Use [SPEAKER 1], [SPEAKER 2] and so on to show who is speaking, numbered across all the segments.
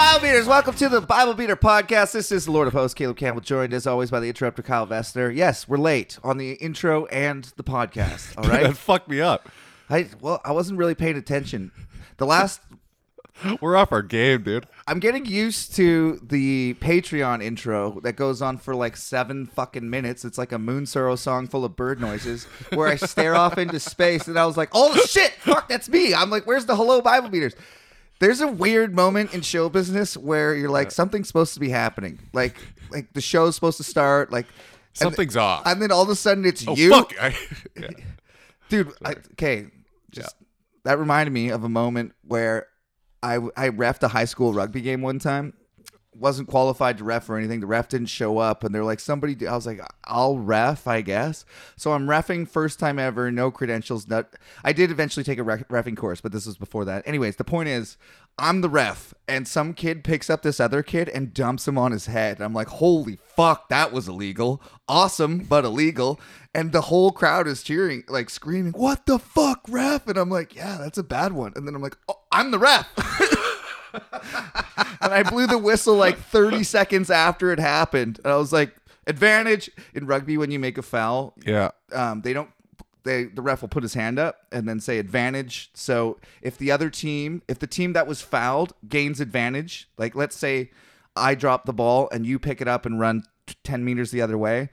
[SPEAKER 1] Welcome to the Bible Beater Podcast. This is the Lord of Hosts, Caleb Campbell, joined as always by the interrupter, Kyle Vestner. Yes, we're late on the intro and the podcast. All
[SPEAKER 2] that
[SPEAKER 1] right.
[SPEAKER 2] fucked me up.
[SPEAKER 1] I well, I wasn't really paying attention. The last
[SPEAKER 2] We're off our game, dude.
[SPEAKER 1] I'm getting used to the Patreon intro that goes on for like seven fucking minutes. It's like a Moon Sorrow song full of bird noises where I stare off into space and I was like, oh shit, fuck, that's me. I'm like, where's the hello Bible beaters? There's a weird moment in show business where you're like, something's supposed to be happening. Like, like the show's supposed to start. Like, and-
[SPEAKER 2] Something's off.
[SPEAKER 1] And then all of a sudden it's
[SPEAKER 2] oh
[SPEAKER 1] you
[SPEAKER 2] fuck! I, yeah.
[SPEAKER 1] dude I, okay just that reminded me of a moment where i i refed a high school rugby game one time wasn't qualified to ref or anything the ref didn't show up and they're like somebody do-" i was like i'll ref i guess so i'm refing first time ever no credentials not i did eventually take a ref- refing course but this was before that anyways the point is i'm the ref and some kid picks up this other kid and dumps him on his head i'm like holy fuck that was illegal awesome but illegal and the whole crowd is cheering, like screaming, "What the fuck, ref?" And I'm like, "Yeah, that's a bad one." And then I'm like, "Oh, I'm the ref." and I blew the whistle like 30 seconds after it happened. And I was like, "Advantage in rugby when you make a foul,
[SPEAKER 2] yeah.
[SPEAKER 1] um, they don't they the ref will put his hand up and then say advantage so if the other team if the team that was fouled gains advantage like let's say i drop the ball and you pick it up and run t- 10 meters the other way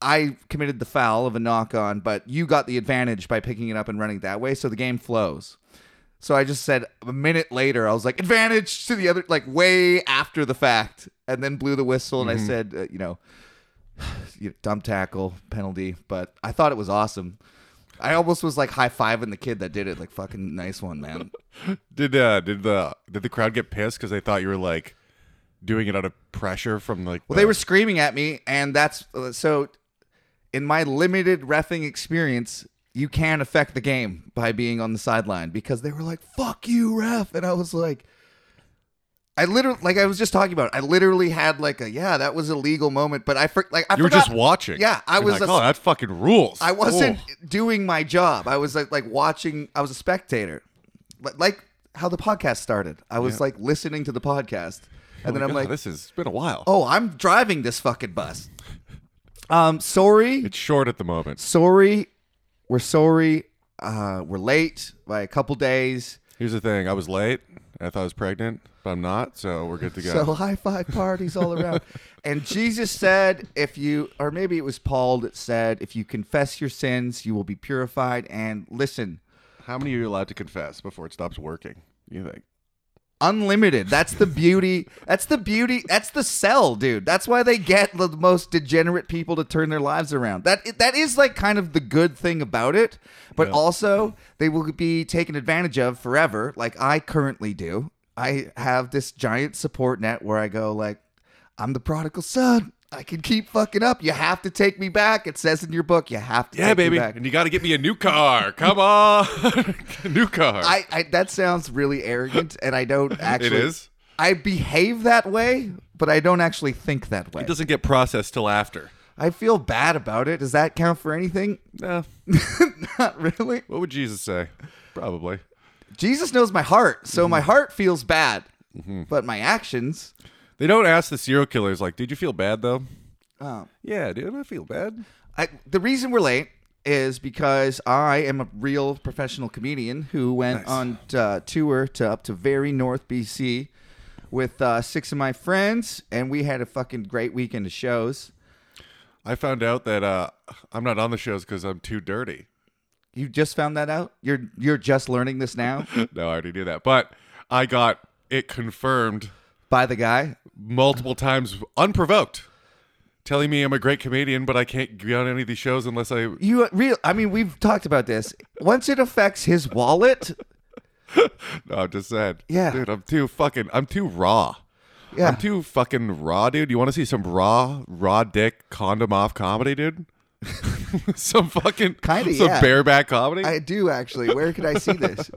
[SPEAKER 1] i committed the foul of a knock on but you got the advantage by picking it up and running that way so the game flows so I just said a minute later, I was like, advantage to the other, like way after the fact, and then blew the whistle and I said, uh, you know, you know, dumb tackle penalty. But I thought it was awesome. I almost was like high fiving the kid that did it, like fucking nice one, man.
[SPEAKER 2] Did uh, did the did the crowd get pissed because they thought you were like doing it out of pressure from like?
[SPEAKER 1] Well, they were screaming at me, and that's uh, so. In my limited refing experience, you can affect the game by being on the sideline because they were like, "Fuck you, ref," and I was like, I literally, like I was just talking about, I literally had like a yeah, that was a legal moment, but I for, like I
[SPEAKER 2] you were
[SPEAKER 1] forgot-
[SPEAKER 2] just watching.
[SPEAKER 1] Yeah, I
[SPEAKER 2] You're
[SPEAKER 1] was
[SPEAKER 2] Like,
[SPEAKER 1] a-
[SPEAKER 2] oh, that fucking rules.
[SPEAKER 1] I wasn't
[SPEAKER 2] Oh.
[SPEAKER 1] doing my job. I was like, like watching. I was a spectator, like, like how the podcast started. I was like listening to the podcast, and
[SPEAKER 2] Oh
[SPEAKER 1] then
[SPEAKER 2] my
[SPEAKER 1] I'm
[SPEAKER 2] God,
[SPEAKER 1] like,
[SPEAKER 2] this has been a while.
[SPEAKER 1] oh, I'm driving this fucking bus. Um, sorry,
[SPEAKER 2] It's short at the moment.
[SPEAKER 1] sorry, we're sorry. Uh, we're late by a couple days.
[SPEAKER 2] Here's the thing: I was late. I thought I was pregnant, but I'm not. So we're good to go.
[SPEAKER 1] So high five parties all around. and Jesus said, if you, or maybe it was Paul that said, if you confess your sins, you will be purified. And listen,
[SPEAKER 2] How many are you allowed to confess before it stops working? You think?
[SPEAKER 1] unlimited. That's the beauty. That's the beauty. That's the sell, dude. That's why they get the most degenerate people to turn their lives around. That that is like kind of the good thing about it, but also they will be taken advantage of forever, like I currently do. I have this giant support net where I go like I'm the prodigal son. I can keep fucking up. You have to take me back. It says in your book, you have to
[SPEAKER 2] Yeah,
[SPEAKER 1] take me
[SPEAKER 2] baby.
[SPEAKER 1] back.
[SPEAKER 2] And you got to get me a new car. Come on, new car.
[SPEAKER 1] I, I that sounds really arrogant, and I don't actually.
[SPEAKER 2] is.
[SPEAKER 1] I behave that way, but I don't actually think that way.
[SPEAKER 2] It doesn't get processed till after.
[SPEAKER 1] I feel bad about it. Does that count for anything?
[SPEAKER 2] No.
[SPEAKER 1] Not really.
[SPEAKER 2] What would Jesus say? Probably.
[SPEAKER 1] Jesus knows my heart, so
[SPEAKER 2] Mm-hmm.
[SPEAKER 1] my heart feels bad, but my actions.
[SPEAKER 2] They don't ask the serial killers, like, did you feel bad though?
[SPEAKER 1] Um,
[SPEAKER 2] Yeah, dude, I feel bad.
[SPEAKER 1] I, the reason we're late is because I am a real professional comedian who went on uh, tour to up to very north BC with uh, six of my friends, and we had a fucking great weekend of shows.
[SPEAKER 2] I found out that uh, I'm not on the shows because I'm too dirty.
[SPEAKER 1] You just found that out. You're you're just learning this now
[SPEAKER 2] no, I already knew that. But I got it confirmed
[SPEAKER 1] by the guy.
[SPEAKER 2] multiple times unprovoked, telling me I'm a great comedian, but I can't be on any of these shows unless I.
[SPEAKER 1] You uh, real? I mean, we've talked about this. Once it affects his wallet,
[SPEAKER 2] No, I'm just saying.
[SPEAKER 1] Yeah.
[SPEAKER 2] uh, Dude, I'm too fucking. I'm too raw.
[SPEAKER 1] yeah,
[SPEAKER 2] I'm too fucking raw, dude. You want to see some raw, raw dick condom off comedy, dude? some fucking
[SPEAKER 1] Kinda,
[SPEAKER 2] some
[SPEAKER 1] yeah.
[SPEAKER 2] bareback comedy.
[SPEAKER 1] I do actually. Where could I see this?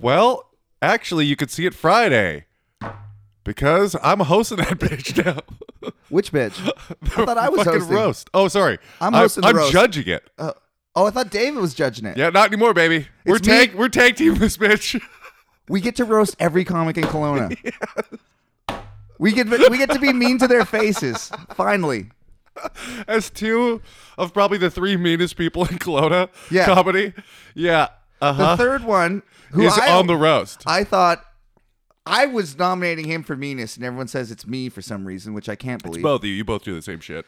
[SPEAKER 2] well, actually, you could see it Friday because I'm hosting that bitch now.
[SPEAKER 1] Which bitch? I thought I was
[SPEAKER 2] fucking
[SPEAKER 1] hosting.
[SPEAKER 2] roast. Oh, sorry.
[SPEAKER 1] I'm
[SPEAKER 2] I-
[SPEAKER 1] hosting the
[SPEAKER 2] I'm
[SPEAKER 1] roast.
[SPEAKER 2] judging it.
[SPEAKER 1] Oh, oh, I thought David was judging it.
[SPEAKER 2] Yeah, not anymore, baby. we're
[SPEAKER 1] me.
[SPEAKER 2] tag. We're tag team this bitch.
[SPEAKER 1] We get to roast every comic in Kelowna. We get we get to be mean to their faces. Finally,
[SPEAKER 2] as two of probably the three meanest people in Kelowna
[SPEAKER 1] Yeah.
[SPEAKER 2] comedy. Yeah. Uh
[SPEAKER 1] the
[SPEAKER 2] huh.
[SPEAKER 1] third one who
[SPEAKER 2] He's
[SPEAKER 1] I,
[SPEAKER 2] on the roast.
[SPEAKER 1] I thought I was nominating him for meanest, and everyone says it's me for some reason, which I can't believe.
[SPEAKER 2] both of you, you both do the same shit.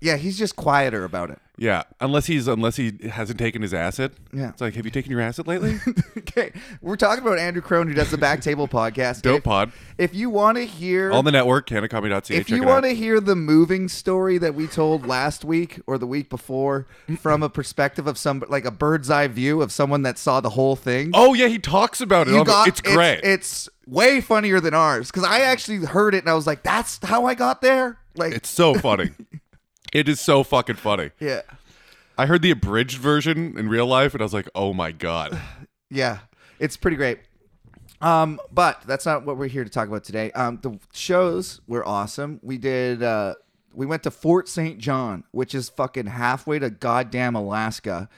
[SPEAKER 1] yeah, he's just quieter about it.
[SPEAKER 2] Yeah, unless he's unless he hasn't taken his acid.
[SPEAKER 1] Yeah.
[SPEAKER 2] it's like, have you taken your acid lately?
[SPEAKER 1] okay, we're talking about Andrew Crone, who does the Back Table podcast.
[SPEAKER 2] Dope
[SPEAKER 1] If-
[SPEAKER 2] pod
[SPEAKER 1] If you want to hear
[SPEAKER 2] on the network. Canacomedy.ca.
[SPEAKER 1] if
[SPEAKER 2] check
[SPEAKER 1] you
[SPEAKER 2] it out.
[SPEAKER 1] want to hear the moving story that we told last week or the week before from a perspective of some like a bird's eye view of someone that saw the whole thing
[SPEAKER 2] oh yeah, he talks about it.
[SPEAKER 1] you
[SPEAKER 2] on the-
[SPEAKER 1] got
[SPEAKER 2] it's great.
[SPEAKER 1] it's,
[SPEAKER 2] It's,
[SPEAKER 1] way funnier than ours because i actually heard it and i was like that's how i got there like
[SPEAKER 2] so funny. it is so fucking funny.
[SPEAKER 1] yeah
[SPEAKER 2] I heard the abridged version in real life, and I was like, oh my god.
[SPEAKER 1] yeah it's pretty great um but that's not what we're here to talk about today um the shows were awesome we did uh we went to fort st john which is fucking halfway to goddamn alaska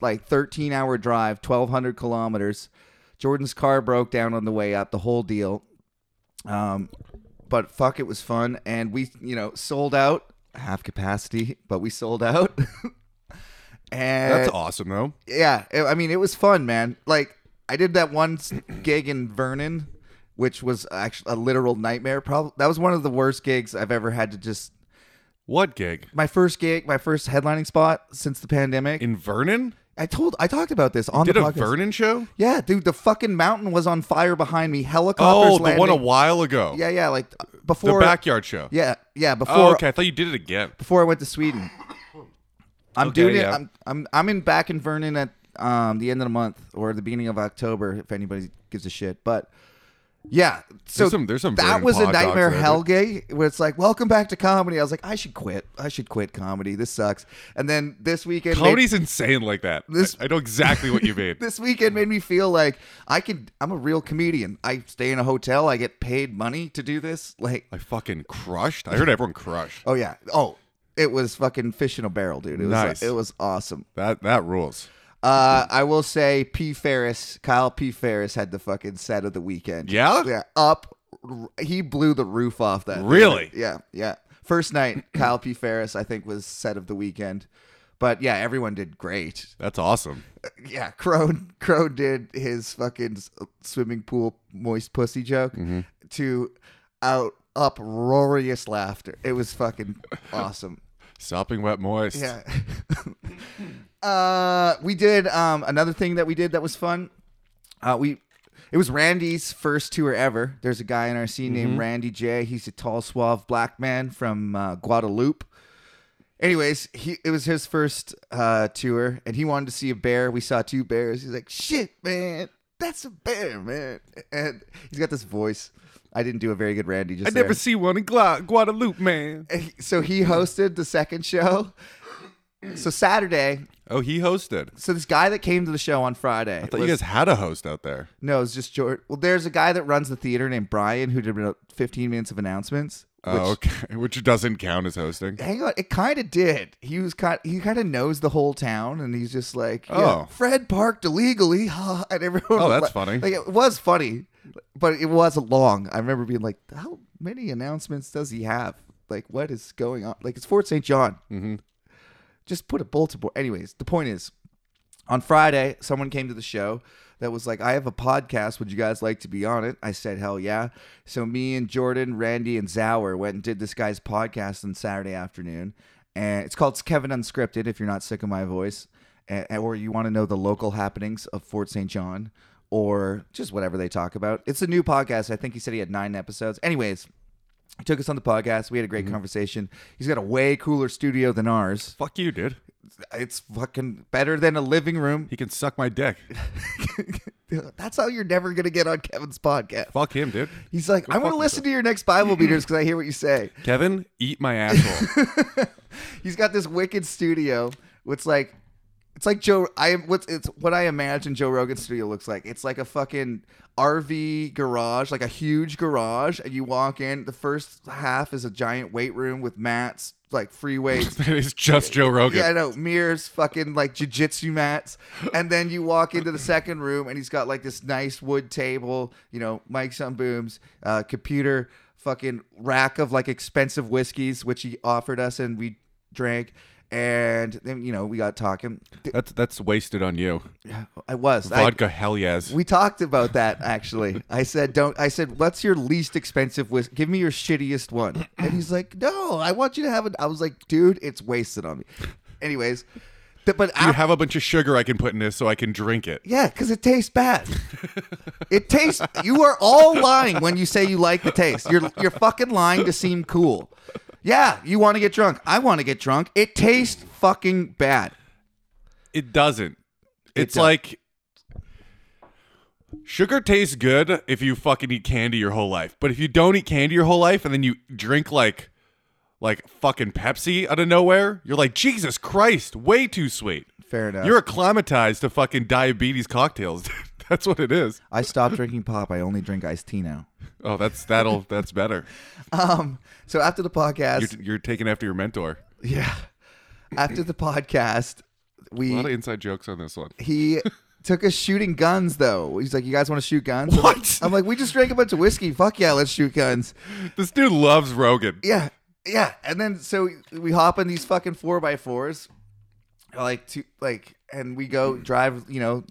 [SPEAKER 1] like 13 hour drive 1200 kilometers jordan's car broke down on the way up the whole deal um but fuck it was fun and we you know sold out half capacity but we sold out and
[SPEAKER 2] That's awesome though.
[SPEAKER 1] yeah it- i mean it was fun man like i did that one s- gig in vernon which was actually a literal nightmare probably that was one of the worst gigs i've ever had to just
[SPEAKER 2] What gig
[SPEAKER 1] my first gig my first headlining spot since the pandemic
[SPEAKER 2] in Vernon?
[SPEAKER 1] i told i talked about this on
[SPEAKER 2] Did
[SPEAKER 1] the
[SPEAKER 2] a
[SPEAKER 1] podcast
[SPEAKER 2] Vernon show?
[SPEAKER 1] yeah dude the fucking mountain was on fire behind me helicopters
[SPEAKER 2] Oh, the one a
[SPEAKER 1] landing.
[SPEAKER 2] while ago.
[SPEAKER 1] yeah yeah like uh,
[SPEAKER 2] the
[SPEAKER 1] before
[SPEAKER 2] backyard show.
[SPEAKER 1] yeah yeah before
[SPEAKER 2] Oh, okay. I thought you did it again.
[SPEAKER 1] before I went to Sweden. I'm
[SPEAKER 2] Okay,
[SPEAKER 1] doing it.
[SPEAKER 2] yeah.
[SPEAKER 1] I'm, I'm I'm in back in Vernon at um, the end of the month or the beginning of October, if anybody gives a shit. But yeah, so
[SPEAKER 2] There's some- there's some
[SPEAKER 1] that
[SPEAKER 2] Vernon
[SPEAKER 1] was a
[SPEAKER 2] pod dogs
[SPEAKER 1] nightmare
[SPEAKER 2] there, dude.
[SPEAKER 1] hell gig where it's like, welcome back to comedy. I was like, I should quit. I should quit comedy. This sucks. And then this weekend, made-
[SPEAKER 2] Comedy's insane like that.
[SPEAKER 1] This-
[SPEAKER 2] I, I know exactly what you mean.
[SPEAKER 1] this weekend made me feel like I could. I'm a real comedian. I stay in a hotel. I get paid money to do this. Like
[SPEAKER 2] I fucking crushed. I heard everyone crushed.
[SPEAKER 1] Oh yeah. Oh, it was fucking fish in a barrel, dude. It was
[SPEAKER 2] Nice.
[SPEAKER 1] it was awesome.
[SPEAKER 2] That that rules.
[SPEAKER 1] Uh, I will say P Ferris, Kyle P Ferris had the fucking set of the weekend.
[SPEAKER 2] Yeah?
[SPEAKER 1] Yeah. Up, r- he blew the roof off that.
[SPEAKER 2] Really?
[SPEAKER 1] theater. Yeah. Yeah. First night, Kyle P Ferris, I think, was set of the weekend. But yeah, everyone did great.
[SPEAKER 2] That's awesome.
[SPEAKER 1] Yeah, Crone Crone did his fucking s- swimming pool moist pussy joke
[SPEAKER 2] Mm-hmm.
[SPEAKER 1] to out uproarious laughter. It was fucking awesome.
[SPEAKER 2] Sopping wet moist.
[SPEAKER 1] Yeah. uh, we did um, another thing that we did that was fun. Uh, we it was Randy's first tour ever. There's a guy in our scene named
[SPEAKER 2] Mm-hmm.
[SPEAKER 1] Randy J. He's a tall, suave black man from uh, Guadeloupe. Anyways, he it was his first uh, tour, and he wanted to see a bear. We saw two bears. He's like, "Shit, man, that's a bear, man!" And he's got this voice. I didn't do a very good Randy. Just
[SPEAKER 2] I never
[SPEAKER 1] there.
[SPEAKER 2] see one in Gla- Guadeloupe, man.
[SPEAKER 1] And he- so he hosted the second show. So Saturday,
[SPEAKER 2] Oh, he hosted.
[SPEAKER 1] so this guy that came to the show on Friday.
[SPEAKER 2] I thought you
[SPEAKER 1] was-
[SPEAKER 2] guys had a host out there.
[SPEAKER 1] no, it's just George. Well, there's a guy that runs the theater named Brian who did about 15 minutes of announcements. Which,
[SPEAKER 2] Oh, okay. Which doesn't count as hosting.
[SPEAKER 1] Hang on, it kind of did. He was kind. He kind of knows the whole town, and he's just like, yeah,
[SPEAKER 2] Oh.
[SPEAKER 1] Fred parked illegally," ha, and everyone. was
[SPEAKER 2] Oh, that's
[SPEAKER 1] like-
[SPEAKER 2] funny.
[SPEAKER 1] Like it was funny, but it was long. I remember being like, "How many announcements does he have? Like, what is going on? Like, it's Fort St. John.
[SPEAKER 2] Mm-hmm.
[SPEAKER 1] Just put a bulletin board." Anyways, the point is, on Friday, someone came to the show that was like, I have a podcast. Would you guys like to be on it? I said, Hell yeah. So me and Jordan, Randy, and Zauer went and did this guy's podcast on Saturday afternoon. And it's called Kevin Unscripted, if you're not sick of my voice, and, or you want to know the local happenings of Fort St. John, or just whatever they talk about. It's a new podcast. I think he said he had nine episodes. Anyways, he took us on the podcast. We had a great conversation. He's got a way cooler studio than ours.
[SPEAKER 2] Fuck you, dude.
[SPEAKER 1] It's fucking better than a living room.
[SPEAKER 2] He can suck my dick.
[SPEAKER 1] That's how you're never gonna get on Kevin's podcast.
[SPEAKER 2] Fuck him, dude.
[SPEAKER 1] He's like, I want to
[SPEAKER 2] fuck
[SPEAKER 1] listen to your next Bible beaters because I hear what you say.
[SPEAKER 2] Kevin, eat my asshole.
[SPEAKER 1] He's got this wicked studio. It's like, it's like Joe. I what's it's what I imagine Joe Rogan's studio looks like. It's like a fucking RV garage, like a huge garage, and you walk in. The first half is a giant weight room with mats, like free weights,
[SPEAKER 2] that is just Joe Rogan.
[SPEAKER 1] Yeah, I know. Mirrors, fucking like jujitsu mats. And then you walk into the second room and he's got like this nice wood table, you know, mics on booms, uh, computer, fucking rack of like expensive whiskeys, which he offered us, and we drank. And then you know we got talking.
[SPEAKER 2] That's that's wasted on you.
[SPEAKER 1] I was I-
[SPEAKER 2] Vodka, hell yes.
[SPEAKER 1] we talked about that actually. I said, "Don't." I said, "What's your least expensive whiskey? Give me your shittiest one." And he's like, "No, I want you to have it." I was like, "Dude, it's wasted on me." Anyways, th- but
[SPEAKER 2] you
[SPEAKER 1] af-
[SPEAKER 2] have a bunch of sugar I can put in this so I can drink it.
[SPEAKER 1] yeah, because it tastes bad. it tastes. You are all lying when you say you like the taste. You're you're fucking lying to seem cool. Yeah, you want to get drunk. I want to get drunk. It tastes fucking bad.
[SPEAKER 2] It doesn't. It's
[SPEAKER 1] doesn't.
[SPEAKER 2] like sugar tastes good if you fucking eat candy your whole life. But if you don't eat candy your whole life and then you drink like like fucking Pepsi out of nowhere, you're like, Jesus Christ, way too sweet.
[SPEAKER 1] Fair enough.
[SPEAKER 2] You're acclimatized to fucking diabetes cocktails. dude. that's what it is.
[SPEAKER 1] I stopped drinking pop. I only drink iced tea now.
[SPEAKER 2] Oh, that's that'll that's better.
[SPEAKER 1] Um. So after the podcast,
[SPEAKER 2] You're, you're taking after your mentor.
[SPEAKER 1] Yeah. After the podcast,
[SPEAKER 2] A lot of
[SPEAKER 1] we
[SPEAKER 2] inside jokes on this one.
[SPEAKER 1] he took us shooting guns though. He's like, "You guys want to shoot guns?" I'm like-
[SPEAKER 2] What?
[SPEAKER 1] I'm like, "We just drank a bunch of whiskey. Fuck yeah, let's shoot guns."
[SPEAKER 2] This dude loves Rogan.
[SPEAKER 1] Yeah, yeah. And then so we hop in these fucking four by fours, like two, like, and we go drive. You know,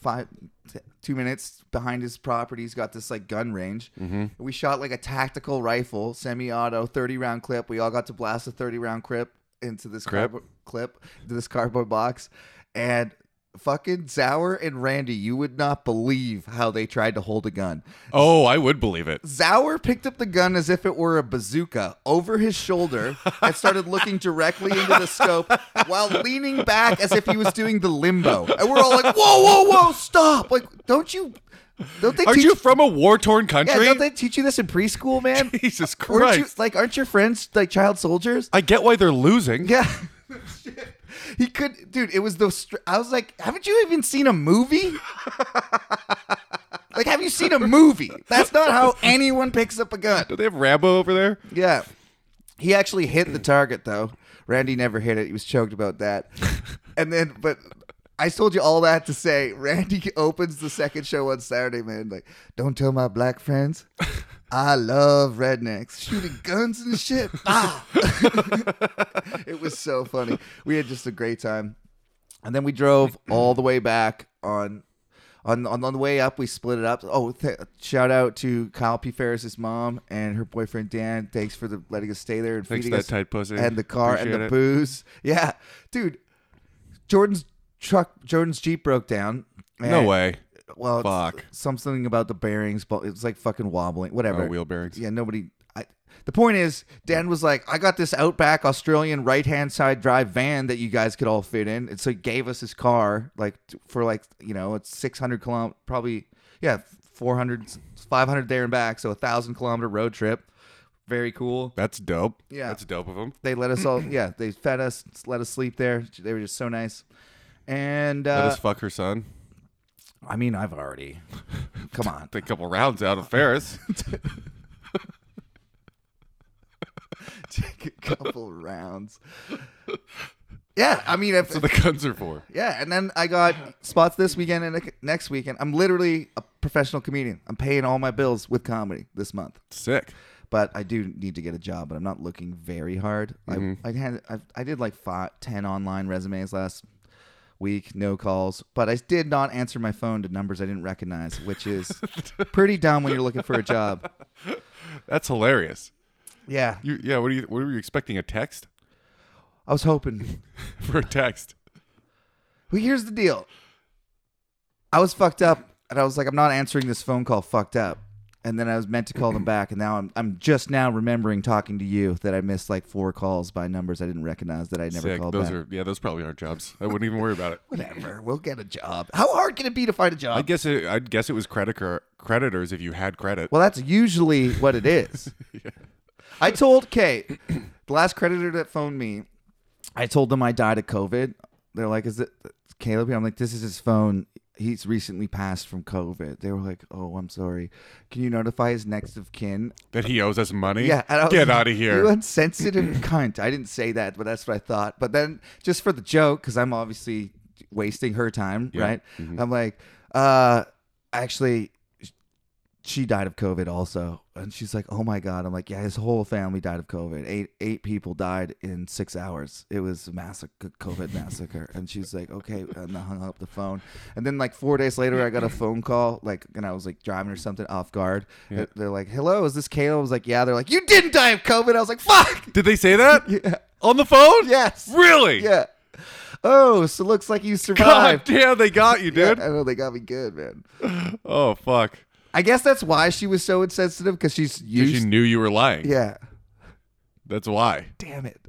[SPEAKER 1] five, t- two minutes behind his property. He's got this like gun range. We shot like a tactical rifle, semi-auto, thirty round clip. We all got to blast a thirty round clip into this
[SPEAKER 2] Crip.
[SPEAKER 1] cardboard clip into this cardboard box, and. Fucking Zauer and Randy, you would not believe how they tried to hold a gun.
[SPEAKER 2] Oh, I would believe it.
[SPEAKER 1] Zauer picked up the gun as if it were a bazooka over his shoulder and started looking directly into the scope while leaning back as if he was doing the limbo. And we're all like, "Whoa, whoa, whoa! Stop! Like, don't you? Don't they
[SPEAKER 2] Aren't
[SPEAKER 1] teach
[SPEAKER 2] you from a war torn
[SPEAKER 1] Yeah,
[SPEAKER 2] country?
[SPEAKER 1] don't they teach you this in preschool, man?
[SPEAKER 2] Jesus
[SPEAKER 1] Weren't you
[SPEAKER 2] Christ.
[SPEAKER 1] like? Aren't your friends like child soldiers?
[SPEAKER 2] I get why they're losing.
[SPEAKER 1] Yeah. He could, dude. It was the. Str- I was like, haven't you even seen a movie? like, have you seen a movie? That's not how anyone picks up a gun.
[SPEAKER 2] Do they have Rambo over there?
[SPEAKER 1] Yeah. He actually hit the target though. Randy never hit it. He was choked about that. and then but I told you all that to say Randy opens the second show on Saturday, man. Like, don't tell my black friends. I love rednecks. Shooting guns and shit. Ah. it was so funny. We had just a great time. And then we drove all the way back on on on, on the way up. We split it up. Oh, th- shout out to Kyle P. Ferris's mom and her boyfriend Dan. Thanks for the letting us stay there and
[SPEAKER 2] Thanks,
[SPEAKER 1] feeding
[SPEAKER 2] that
[SPEAKER 1] us
[SPEAKER 2] tight pussy.
[SPEAKER 1] and the car and the
[SPEAKER 2] Appreciate it.
[SPEAKER 1] booze. Yeah, dude. Jordan's truck, Jordan's Jeep broke down.
[SPEAKER 2] No
[SPEAKER 1] And-
[SPEAKER 2] way.
[SPEAKER 1] Well, it's
[SPEAKER 2] Fuck.
[SPEAKER 1] something about the bearings, but it's like fucking wobbling. Whatever.
[SPEAKER 2] Oh, wheel bearings.
[SPEAKER 1] Yeah, nobody. I, the point is, Dan was like, I got this Outback Australian right hand side drive van that you guys could all fit in. And so he gave us his car, like, t- for like, you know, it's 600 kilometer, probably, yeah, 400, 500 there and back. So a thousand kilometer road trip. Very cool.
[SPEAKER 2] That's dope.
[SPEAKER 1] Yeah.
[SPEAKER 2] That's dope of him.
[SPEAKER 1] They let us all, yeah, they fed us, let us sleep there. They were just so nice. And
[SPEAKER 2] Let
[SPEAKER 1] uh,
[SPEAKER 2] us fuck her son.
[SPEAKER 1] I mean, I've already, come on.
[SPEAKER 2] Take a couple rounds out of Ferris.
[SPEAKER 1] take a couple rounds. Yeah, I mean, if,
[SPEAKER 2] so the guns are for.
[SPEAKER 1] yeah, and then I got spots this weekend and nec- next weekend. I'm literally a professional comedian. I'm paying all my bills with comedy this month,
[SPEAKER 2] Sick.
[SPEAKER 1] but I do need to get a job. But I'm not looking very hard.
[SPEAKER 2] Mm-hmm.
[SPEAKER 1] I, I had I, I did like five, ten online resumes last week, no calls, but I did not answer my phone to numbers I didn't recognize, which is pretty dumb when you're looking for a job.
[SPEAKER 2] That's hilarious.
[SPEAKER 1] Yeah,
[SPEAKER 2] You yeah, what are you what were you expecting? A text?
[SPEAKER 1] I was hoping.
[SPEAKER 2] For a text.
[SPEAKER 1] Well, here's the deal. I was fucked up, and I was like, I'm not answering this phone call. Fucked up. And then I was meant to call them back, and now I'm I'm just now remembering talking to you that I missed like four calls by numbers I didn't recognize that I never
[SPEAKER 2] Sick.
[SPEAKER 1] called
[SPEAKER 2] Those
[SPEAKER 1] back.
[SPEAKER 2] are yeah, those probably aren't jobs. I wouldn't even worry about it.
[SPEAKER 1] Whatever, we'll get a job. How hard can it be to find a job?
[SPEAKER 2] I guess it I'd guess it was creditor creditors if you had credit.
[SPEAKER 1] Well, that's usually what it is. I told Kate, the last creditor that phoned me, I told them I died of COVID. They're like, "Is it Caleb?" here?" I'm like, "This is his phone. He's recently passed from COVID." They were like, "Oh, I'm sorry. Can you notify his next of kin?"
[SPEAKER 2] that he owes us money.
[SPEAKER 1] Yeah, and I was
[SPEAKER 2] get
[SPEAKER 1] like,
[SPEAKER 2] out of here.
[SPEAKER 1] You insensitive cunt. I didn't say that, but that's what I thought. But then, just for the joke, because I'm obviously wasting her time,
[SPEAKER 2] Yeah, Mm-hmm.
[SPEAKER 1] right? I'm like, uh, actually, she died of COVID also. And she's like, oh my God. I'm like, yeah, his whole family died of COVID. Eight eight people died in six hours. It was a massacre, COVID massacre. and she's like, okay. And I hung up the phone. And then like four days later, I got a phone call, like, and I was like driving or something off guard.
[SPEAKER 2] Yeah.
[SPEAKER 1] They're like, hello, is this Caleb? I was like, yeah. They're like, you didn't die of COVID. I was like, fuck.
[SPEAKER 2] Did they say that
[SPEAKER 1] Yeah.
[SPEAKER 2] on the phone?
[SPEAKER 1] Yes.
[SPEAKER 2] Really?
[SPEAKER 1] Yeah. Oh, so looks like you
[SPEAKER 2] God
[SPEAKER 1] survived.
[SPEAKER 2] damn, they got you, dude.
[SPEAKER 1] Yeah, I know they got me good, man.
[SPEAKER 2] Oh fuck.
[SPEAKER 1] I guess that's why she was so insensitive because she's
[SPEAKER 2] 'Cause
[SPEAKER 1] used.
[SPEAKER 2] you knew you were lying.
[SPEAKER 1] yeah.
[SPEAKER 2] That's why.
[SPEAKER 1] Damn it.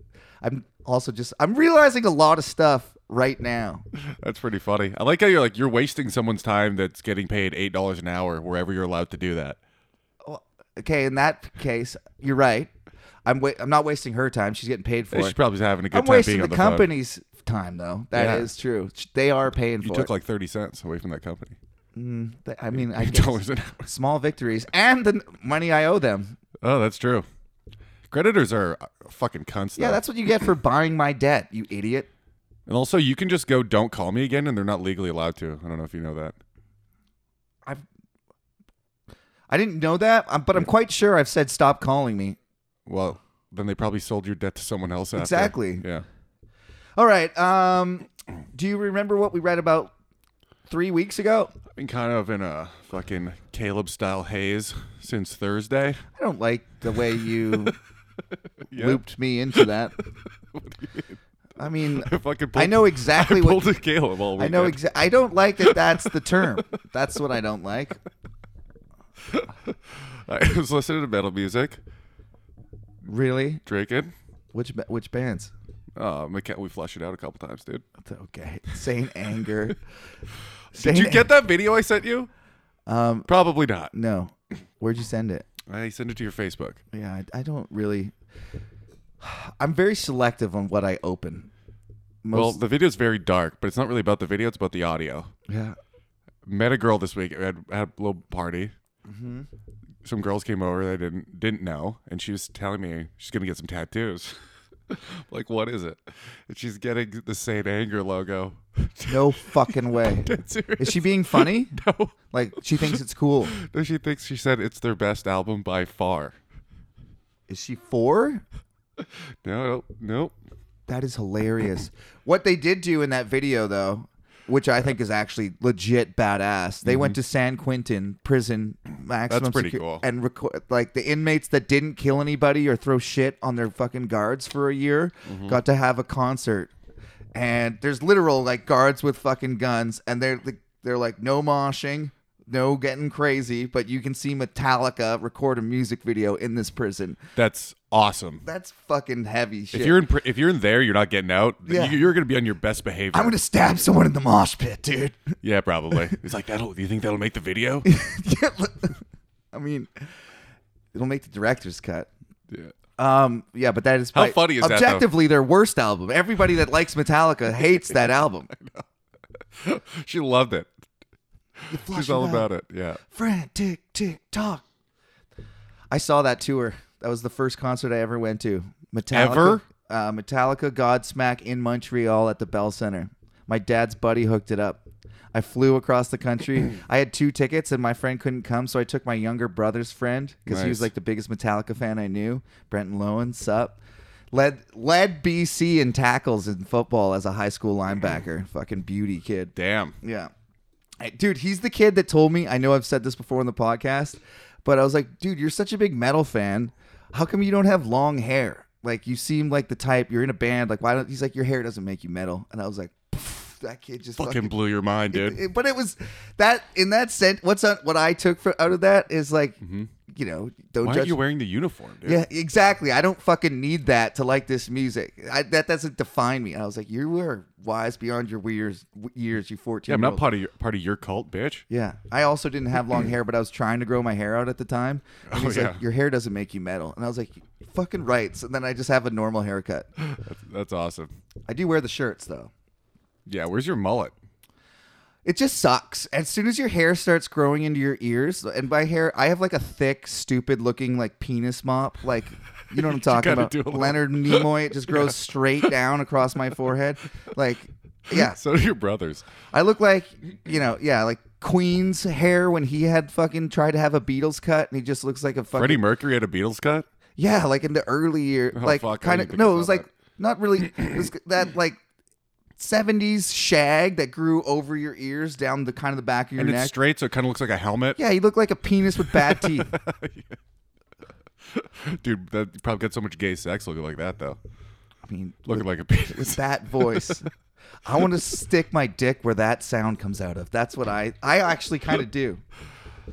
[SPEAKER 1] I'm also just I'm realizing a lot of stuff right now.
[SPEAKER 2] That's pretty funny. I like how you're like you're wasting someone's time that's getting paid eight dollars an hour wherever you're allowed to do that.
[SPEAKER 1] Okay, in that case, you're right. I'm wa- I'm not wasting her time. She's getting paid for
[SPEAKER 2] She's
[SPEAKER 1] it.
[SPEAKER 2] probably having a good
[SPEAKER 1] I'm
[SPEAKER 2] time being
[SPEAKER 1] wasting the,
[SPEAKER 2] on the, phone.
[SPEAKER 1] company's time though. That is
[SPEAKER 2] Yeah.
[SPEAKER 1] true. Sh- They are paying
[SPEAKER 2] You
[SPEAKER 1] for
[SPEAKER 2] took
[SPEAKER 1] it.
[SPEAKER 2] like thirty cents away from that company.
[SPEAKER 1] Mm, th- I mean, I
[SPEAKER 2] Eight
[SPEAKER 1] guess
[SPEAKER 2] dollars an hour.
[SPEAKER 1] small victories and the n- money I owe them.
[SPEAKER 2] Oh, that's true. Creditors are uh, fucking cunts.
[SPEAKER 1] Yeah,
[SPEAKER 2] though.
[SPEAKER 1] that's what you get for buying my debt, you idiot.
[SPEAKER 2] And also, you can just go, "Don't call me again," and they're not legally allowed to. I don't know if you know that.
[SPEAKER 1] I've I didn't know that, um, but I'm quite sure I've said stop calling me.
[SPEAKER 2] Well, then they probably sold your debt to someone else. After.
[SPEAKER 1] Exactly.
[SPEAKER 2] Yeah.
[SPEAKER 1] All right. Um, do you remember what we read about three weeks ago?
[SPEAKER 2] I've been kind of in a fucking Caleb style haze since Thursday.
[SPEAKER 1] I don't like the way you
[SPEAKER 2] Yeah.
[SPEAKER 1] looped me into that. I mean,
[SPEAKER 2] I fucking pulled,
[SPEAKER 1] I know exactly
[SPEAKER 2] pulled
[SPEAKER 1] what
[SPEAKER 2] a Caleb all
[SPEAKER 1] I
[SPEAKER 2] weekend.
[SPEAKER 1] know. Exa- I don't like that. That's the term. That's what I don't like.
[SPEAKER 2] I was listening to metal music,
[SPEAKER 1] Really?
[SPEAKER 2] drinking.
[SPEAKER 1] Which ba- which bands?
[SPEAKER 2] Oh, McKen- we flush it out a couple times, dude.
[SPEAKER 1] Okay. Sane anger.
[SPEAKER 2] Did you get that video I sent you?
[SPEAKER 1] Um,
[SPEAKER 2] Probably not.
[SPEAKER 1] no. Where'd you send it?
[SPEAKER 2] I sent it to your Facebook.
[SPEAKER 1] Yeah, I, I don't really. I'm very selective on what I open.
[SPEAKER 2] Well,
[SPEAKER 1] Most,
[SPEAKER 2] the video's very dark, but it's not really about the video. It's about the audio.
[SPEAKER 1] yeah.
[SPEAKER 2] met a girl this week. I had, had a little party.
[SPEAKER 1] Mm-hmm.
[SPEAKER 2] Some girls came over that I didn't didn't know, and she was telling me she's gonna get some tattoos. like, what is it? And she's getting the Saint Anger logo.
[SPEAKER 1] No fucking way. Is
[SPEAKER 2] Serious?
[SPEAKER 1] she being funny?
[SPEAKER 2] no,
[SPEAKER 1] Like she thinks it's cool.
[SPEAKER 2] no, she thinks she said it's their best album by far.
[SPEAKER 1] Is she four?
[SPEAKER 2] No, no, no.
[SPEAKER 1] That is hilarious. What they did do in that video, though, which I think is actually legit badass, they went to San Quentin prison maximum
[SPEAKER 2] Mm-hmm. pretty
[SPEAKER 1] secu-
[SPEAKER 2] cool.
[SPEAKER 1] and record like the inmates that didn't kill anybody or throw shit on their fucking guards for a year
[SPEAKER 2] Mm-hmm.
[SPEAKER 1] got to have a concert. And there's literal like guards with fucking guns, and they're they're like no moshing, no getting crazy, but you can see Metallica record a music video in this prison.
[SPEAKER 2] That's awesome.
[SPEAKER 1] That's fucking heavy shit.
[SPEAKER 2] If you're in, pr- if you're in there, you're not getting out.
[SPEAKER 1] Yeah.
[SPEAKER 2] You, are gonna be on your best behavior.
[SPEAKER 1] I'm gonna stab someone in the mosh pit, dude.
[SPEAKER 2] yeah, probably. It's like that'll. Do you think that'll make the video?
[SPEAKER 1] Yeah, li- I mean, it'll make the director's cut.
[SPEAKER 2] yeah.
[SPEAKER 1] Um, yeah, but that is probably-
[SPEAKER 2] funny is that, though?
[SPEAKER 1] objectively their worst album. Everybody that likes Metallica hates that album.
[SPEAKER 2] She loved it.
[SPEAKER 1] You flush
[SPEAKER 2] She's all
[SPEAKER 1] out.
[SPEAKER 2] about it. Yeah.
[SPEAKER 1] frantic tick tock. I saw that tour. That was the first concert I ever went to. Metallica,
[SPEAKER 2] Ever?
[SPEAKER 1] Uh, Metallica, Godsmack in Montreal at the Bell Center. My dad's buddy hooked it up. I flew across the country. I had two tickets, and my friend couldn't come, so I took my younger brother's friend because he was
[SPEAKER 2] Nice.
[SPEAKER 1] like the biggest Metallica fan I knew. Brenton Lowen, sup? Led led BC in tackles in football as a high school linebacker. Fucking beauty kid.
[SPEAKER 2] Damn.
[SPEAKER 1] Yeah. Hey, Dude, he's the kid that told me, I know I've said this before on the podcast, but I was like, dude, you're such a big metal fan. How come you don't have long hair? Like, you seem like the type, you're in a band. Like, why don't, he's like, your hair doesn't make you metal. And I was like, "Pff, that kid just
[SPEAKER 2] fucking,
[SPEAKER 1] fucking,
[SPEAKER 2] blew your mind, dude.
[SPEAKER 1] It- but it was that, in that sense, what's on, what I took for, out of that is like, you know, don't
[SPEAKER 2] Mm-hmm. Why
[SPEAKER 1] judge.
[SPEAKER 2] aren't you wearing the uniform, dude?
[SPEAKER 1] yeah, exactly. I don't fucking need that to like this music. I, that doesn't define me. And I was like, you were wise beyond your years, years you 14
[SPEAKER 2] Yeah, I'm not part of your part of your cult, bitch.
[SPEAKER 1] yeah, I also didn't have long hair, but I was trying to grow my hair out at the time. And
[SPEAKER 2] Oh,
[SPEAKER 1] he's
[SPEAKER 2] yeah.
[SPEAKER 1] like, "Your hair doesn't make you metal," and I was like, "You're "Fucking rights." And then I just have a normal haircut.
[SPEAKER 2] That's, that's awesome.
[SPEAKER 1] I do wear the shirts though.
[SPEAKER 2] Yeah, where's your mullet?
[SPEAKER 1] It just sucks. As soon as your hair starts growing into your ears, and by hair, I have like a thick, stupid-looking like penis mop, like you know what I'm talking
[SPEAKER 2] gotta
[SPEAKER 1] about.
[SPEAKER 2] do a little-
[SPEAKER 1] Leonard Nimoy. It just grows straight down across my forehead, like yeah.
[SPEAKER 2] So do your brothers.
[SPEAKER 1] I look like you know, yeah, like Queen's hair when he had fucking tried to have a Beatles cut, and he just looks like a fucking
[SPEAKER 2] Freddie Mercury had a Beatles cut.
[SPEAKER 1] yeah, like in the earlier
[SPEAKER 2] Oh,
[SPEAKER 1] like
[SPEAKER 2] fuck, I
[SPEAKER 1] kind
[SPEAKER 2] didn't
[SPEAKER 1] of
[SPEAKER 2] think
[SPEAKER 1] no,
[SPEAKER 2] I
[SPEAKER 1] it was
[SPEAKER 2] saw
[SPEAKER 1] like not really it was that like. 70s shag that grew over your ears down the kind of the back of your
[SPEAKER 2] and
[SPEAKER 1] neck.
[SPEAKER 2] it's straight, so it kind of looks like a helmet.
[SPEAKER 1] yeah, he looked like a penis with bad teeth.
[SPEAKER 2] Dude, that you probably got so much gay sex looking like that though.
[SPEAKER 1] I mean,
[SPEAKER 2] Looking like a penis.
[SPEAKER 1] that voice. I want to stick my dick where that sound comes out of. That's what I I actually kind of do.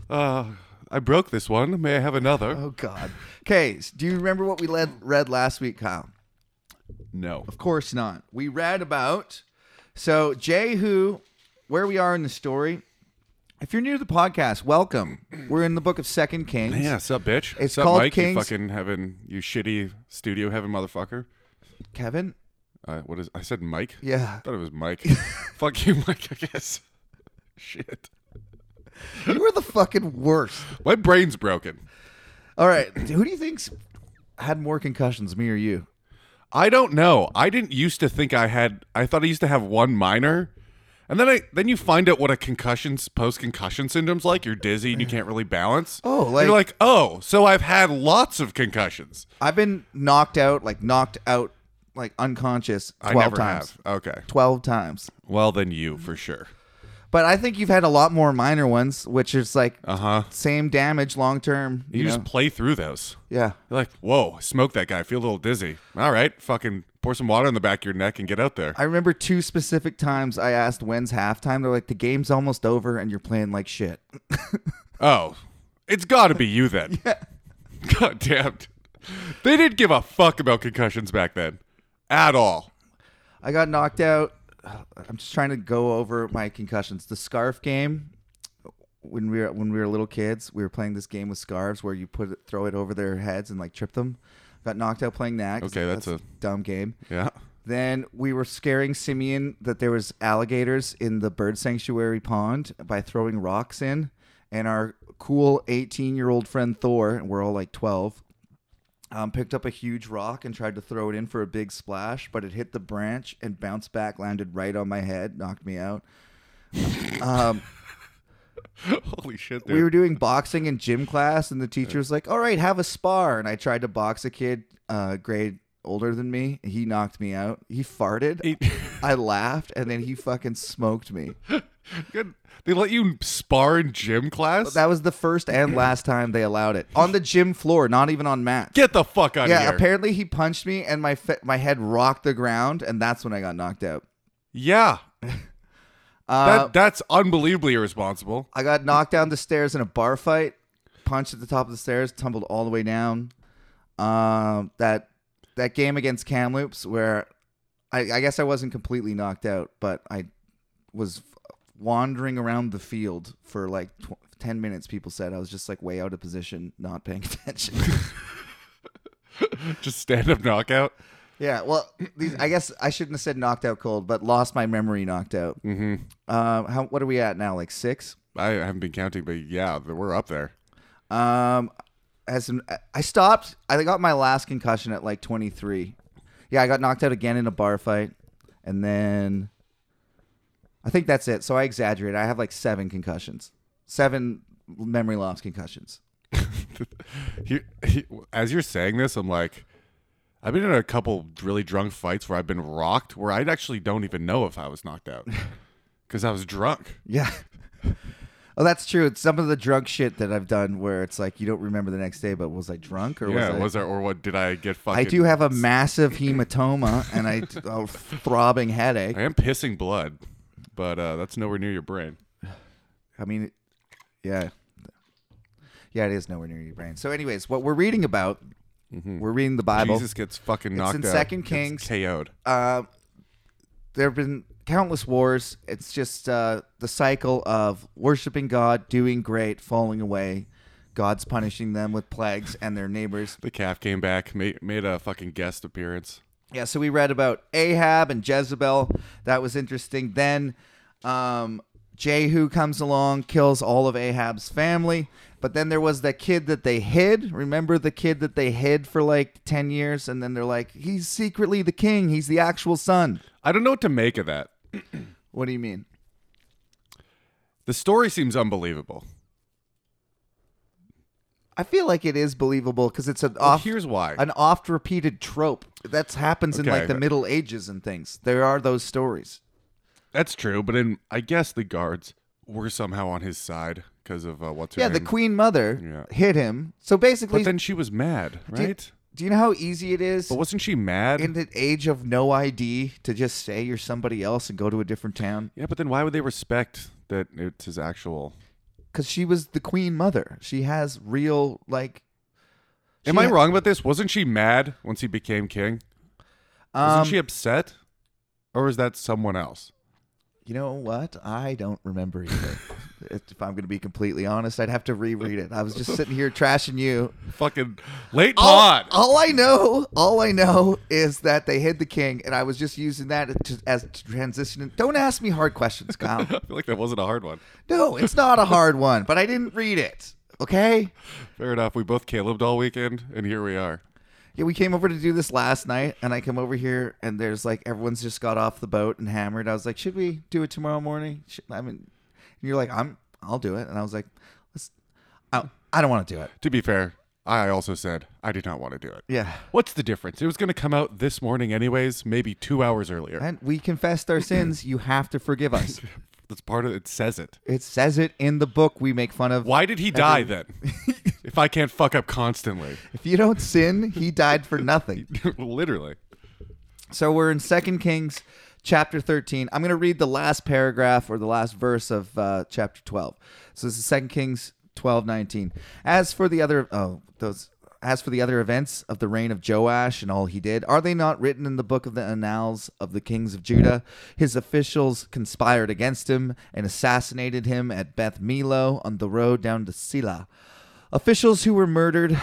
[SPEAKER 2] Uh, I broke this one. May I have another?
[SPEAKER 1] Oh God. Okay, s- do you remember what we led, read last week, Kyle?
[SPEAKER 2] No.
[SPEAKER 1] Of course not. We read about so Jehu, where we are in the story. If you're new to the podcast, welcome. We're in the book of Second Kings.
[SPEAKER 2] Yeah, sup, bitch.
[SPEAKER 1] It's
[SPEAKER 2] sup,
[SPEAKER 1] called
[SPEAKER 2] Mike,
[SPEAKER 1] Kings-
[SPEAKER 2] You fucking heaven, you shitty studio heaven motherfucker.
[SPEAKER 1] Kevin.
[SPEAKER 2] Uh, what is? I said Mike.
[SPEAKER 1] Yeah,
[SPEAKER 2] I thought it was Mike. Fuck you, Mike. I guess. Shit.
[SPEAKER 1] you were the fucking worst.
[SPEAKER 2] My brain's broken.
[SPEAKER 1] All right, who do you think's had more concussions, me or you?
[SPEAKER 2] I don't know. I didn't used to think I had. I thought I used to have one minor, and then I then you find out what a concussions post concussion syndrome's like. You're dizzy and you can't really balance.
[SPEAKER 1] Oh,
[SPEAKER 2] And
[SPEAKER 1] like-
[SPEAKER 2] you're like oh, so I've had lots of concussions.
[SPEAKER 1] I've been knocked out, like knocked out, like unconscious
[SPEAKER 2] I
[SPEAKER 1] twelve
[SPEAKER 2] never
[SPEAKER 1] times.
[SPEAKER 2] have. Okay.
[SPEAKER 1] Twelve times.
[SPEAKER 2] Well, then you for sure.
[SPEAKER 1] But I think you've had a lot more minor ones, which is like
[SPEAKER 2] Uh huh.
[SPEAKER 1] same damage long term.
[SPEAKER 2] You,
[SPEAKER 1] You, know?
[SPEAKER 2] just play through those.
[SPEAKER 1] yeah.
[SPEAKER 2] You're like, whoa, smoke that guy. I feel a little dizzy. All right, fucking pour some water in the back of your neck and get out there.
[SPEAKER 1] I remember two specific times I asked when's halftime. They're like, the game's almost over and you're playing like shit.
[SPEAKER 2] Oh, it's got to be you then. God damn. They didn't give a fuck about concussions back then at all.
[SPEAKER 1] I got knocked out. I'm just trying to go over my concussions. The scarf game. When we were when we were little kids, we were playing this game with scarves where you put it, throw it over their heads and like trip them. Got knocked out playing that. 'cause
[SPEAKER 2] Okay, that's
[SPEAKER 1] dumb game.
[SPEAKER 2] Yeah.
[SPEAKER 1] Then we were scaring Simeon that there was alligators in the bird sanctuary pond by throwing rocks in, and our cool 18-year-old friend Thor, and we're all like 12, um, picked up a huge rock and tried to throw it in for a big splash, but it hit the branch and bounced back, landed right on my head, knocked me out. Um,
[SPEAKER 2] Holy shit, dude.
[SPEAKER 1] we were doing boxing in gym class, and the teacher was like, "All right, have a spar." And I tried to box a kid, uh, grade older than me. He knocked me out. He farted. I laughed, and then he fucking smoked me.
[SPEAKER 2] Good. They let you spar in gym class?
[SPEAKER 1] That was the first and last time they allowed it on the gym floor, not even on mats.
[SPEAKER 2] Get the fuck out of
[SPEAKER 1] yeah,
[SPEAKER 2] here.
[SPEAKER 1] apparently he punched me, and my fe- my head rocked the ground, and that's when I got knocked out.
[SPEAKER 2] yeah.
[SPEAKER 1] Uh,
[SPEAKER 2] That, that's unbelievably irresponsible.
[SPEAKER 1] I got knocked down the stairs in a bar fight, punched at the top of the stairs, tumbled all the way down. Um, that that game against Kamloops where I, I guess I wasn't completely knocked out, but I was f- wandering around the field for like tw- 10 minutes people said I was just like way out of position, not paying attention.
[SPEAKER 2] Just stand up knockout.
[SPEAKER 1] yeah, well, these, I guess I shouldn't have said knocked out cold, but lost my memory knocked out.
[SPEAKER 2] Mm-hmm.
[SPEAKER 1] Um, how what are we at now? Like 6?
[SPEAKER 2] I haven't been counting, but yeah, we're up there.
[SPEAKER 1] Um, as an, I stopped, I got my last concussion at like 23. Yeah, I got knocked out again in a bar fight, and then I think that's it. So I exaggerate. I have like seven concussions, seven memory loss concussions.
[SPEAKER 2] he, he, as you're saying this, I'm like, I've been in a couple really drunk fights where I've been rocked, where I actually don't even know if I was knocked out because I was drunk.
[SPEAKER 1] Yeah. Oh, that's true. It's some of the drunk shit that I've done where it's like you don't remember the next day, but was I drunk or was
[SPEAKER 2] yeah,
[SPEAKER 1] I?
[SPEAKER 2] was there or what did I get fucking?
[SPEAKER 1] I do have a massive hematoma and I a throbbing headache.
[SPEAKER 2] I am pissing blood, but uh, that's nowhere near your brain.
[SPEAKER 1] I mean, yeah, yeah, it is nowhere near your brain. So, anyways, what we're reading about, we're reading the Bible.
[SPEAKER 2] Jesus gets fucking knocked
[SPEAKER 1] in
[SPEAKER 2] out.
[SPEAKER 1] Second Kings.
[SPEAKER 2] gets KO'd.
[SPEAKER 1] Uh, there have been countless wars. It's just uh, the cycle of worshiping God, doing great, falling away. God's punishing them with plagues and their neighbors.
[SPEAKER 2] The calf came back, made, made a fucking guest appearance.
[SPEAKER 1] Yeah, so we read about Ahab and Jezebel. That was interesting. Then um, Jehu comes along, kills all of Ahab's family. But then there was that kid that they hid. Remember the kid that they hid for like 10 years? And then they're like, he's secretly the king. He's the actual son.
[SPEAKER 2] I don't know what to make of that.
[SPEAKER 1] What do you mean?
[SPEAKER 2] The story seems unbelievable.
[SPEAKER 1] I feel like it is believable because it's an
[SPEAKER 2] Well,
[SPEAKER 1] off
[SPEAKER 2] here's why.
[SPEAKER 1] an oft repeated trope that happens in like
[SPEAKER 2] Okay.
[SPEAKER 1] the Middle Ages and things. There are those stories.
[SPEAKER 2] That's true, but in I guess the guards were somehow on his side because of uh, what's her
[SPEAKER 1] Yeah, the
[SPEAKER 2] name.
[SPEAKER 1] Queen Mother
[SPEAKER 2] Yeah.
[SPEAKER 1] hit him. So basically,
[SPEAKER 2] But then she was mad,
[SPEAKER 1] do, you-
[SPEAKER 2] right?
[SPEAKER 1] do you know how easy it is
[SPEAKER 2] But wasn't she mad?
[SPEAKER 1] in the age of no ID to just say you're somebody else and go to a different town?
[SPEAKER 2] yeah, but then why would they respect that it's his actual?
[SPEAKER 1] Because she was the Queen Mother. She has real like.
[SPEAKER 2] Am
[SPEAKER 1] she
[SPEAKER 2] I
[SPEAKER 1] ha-
[SPEAKER 2] wrong about this? Wasn't she mad once he became king? Wasn't
[SPEAKER 1] Um,
[SPEAKER 2] she upset, or is that someone else?
[SPEAKER 1] You know what? I don't remember either. if I'm going to be completely honest, I'd have to reread it. I was just sitting here trashing you.
[SPEAKER 2] Fucking late
[SPEAKER 1] All,
[SPEAKER 2] pod.
[SPEAKER 1] all I know, all I know is that they hid the king, and I was just using that to, as to transition. Don't ask me hard questions, Kyle.
[SPEAKER 2] I feel like that wasn't a hard one.
[SPEAKER 1] no, it's not a hard one, but I didn't read it. Okay.
[SPEAKER 2] Fair enough. We both Caleb'd all weekend, and here we are.
[SPEAKER 1] Yeah, we came over to do this last night, and I come over here, and there's like everyone's just got off the boat and hammered. I was like, should we do it tomorrow morning? Should, I mean, and you're like, I'm, I'll do it, and I was like, let's. I, I don't want to do it.
[SPEAKER 2] To be fair, I also said I did not want to do it.
[SPEAKER 1] Yeah,
[SPEAKER 2] What's the difference? It was going to come out this morning, anyways, maybe two hours earlier.
[SPEAKER 1] and we confessed our sins. You have to forgive us.
[SPEAKER 2] That's part of it. Says it.
[SPEAKER 1] It says it in the book. We make fun of.
[SPEAKER 2] Why did he die then? if I can't fuck up constantly,
[SPEAKER 1] If you don't sin, he died for nothing.
[SPEAKER 2] literally.
[SPEAKER 1] So we're in Second Kings chapter 13. I'm going to read the last paragraph or the last verse of uh, chapter 12. So this is Second Kings 12, 19. As for the other, oh, those. As for the other events of the reign of Joash and all he did, are they not written in the book of the annals of the kings of Judah? His officials conspired against him and assassinated him at Beth Milo on the road down to Sila. Officials who were murdered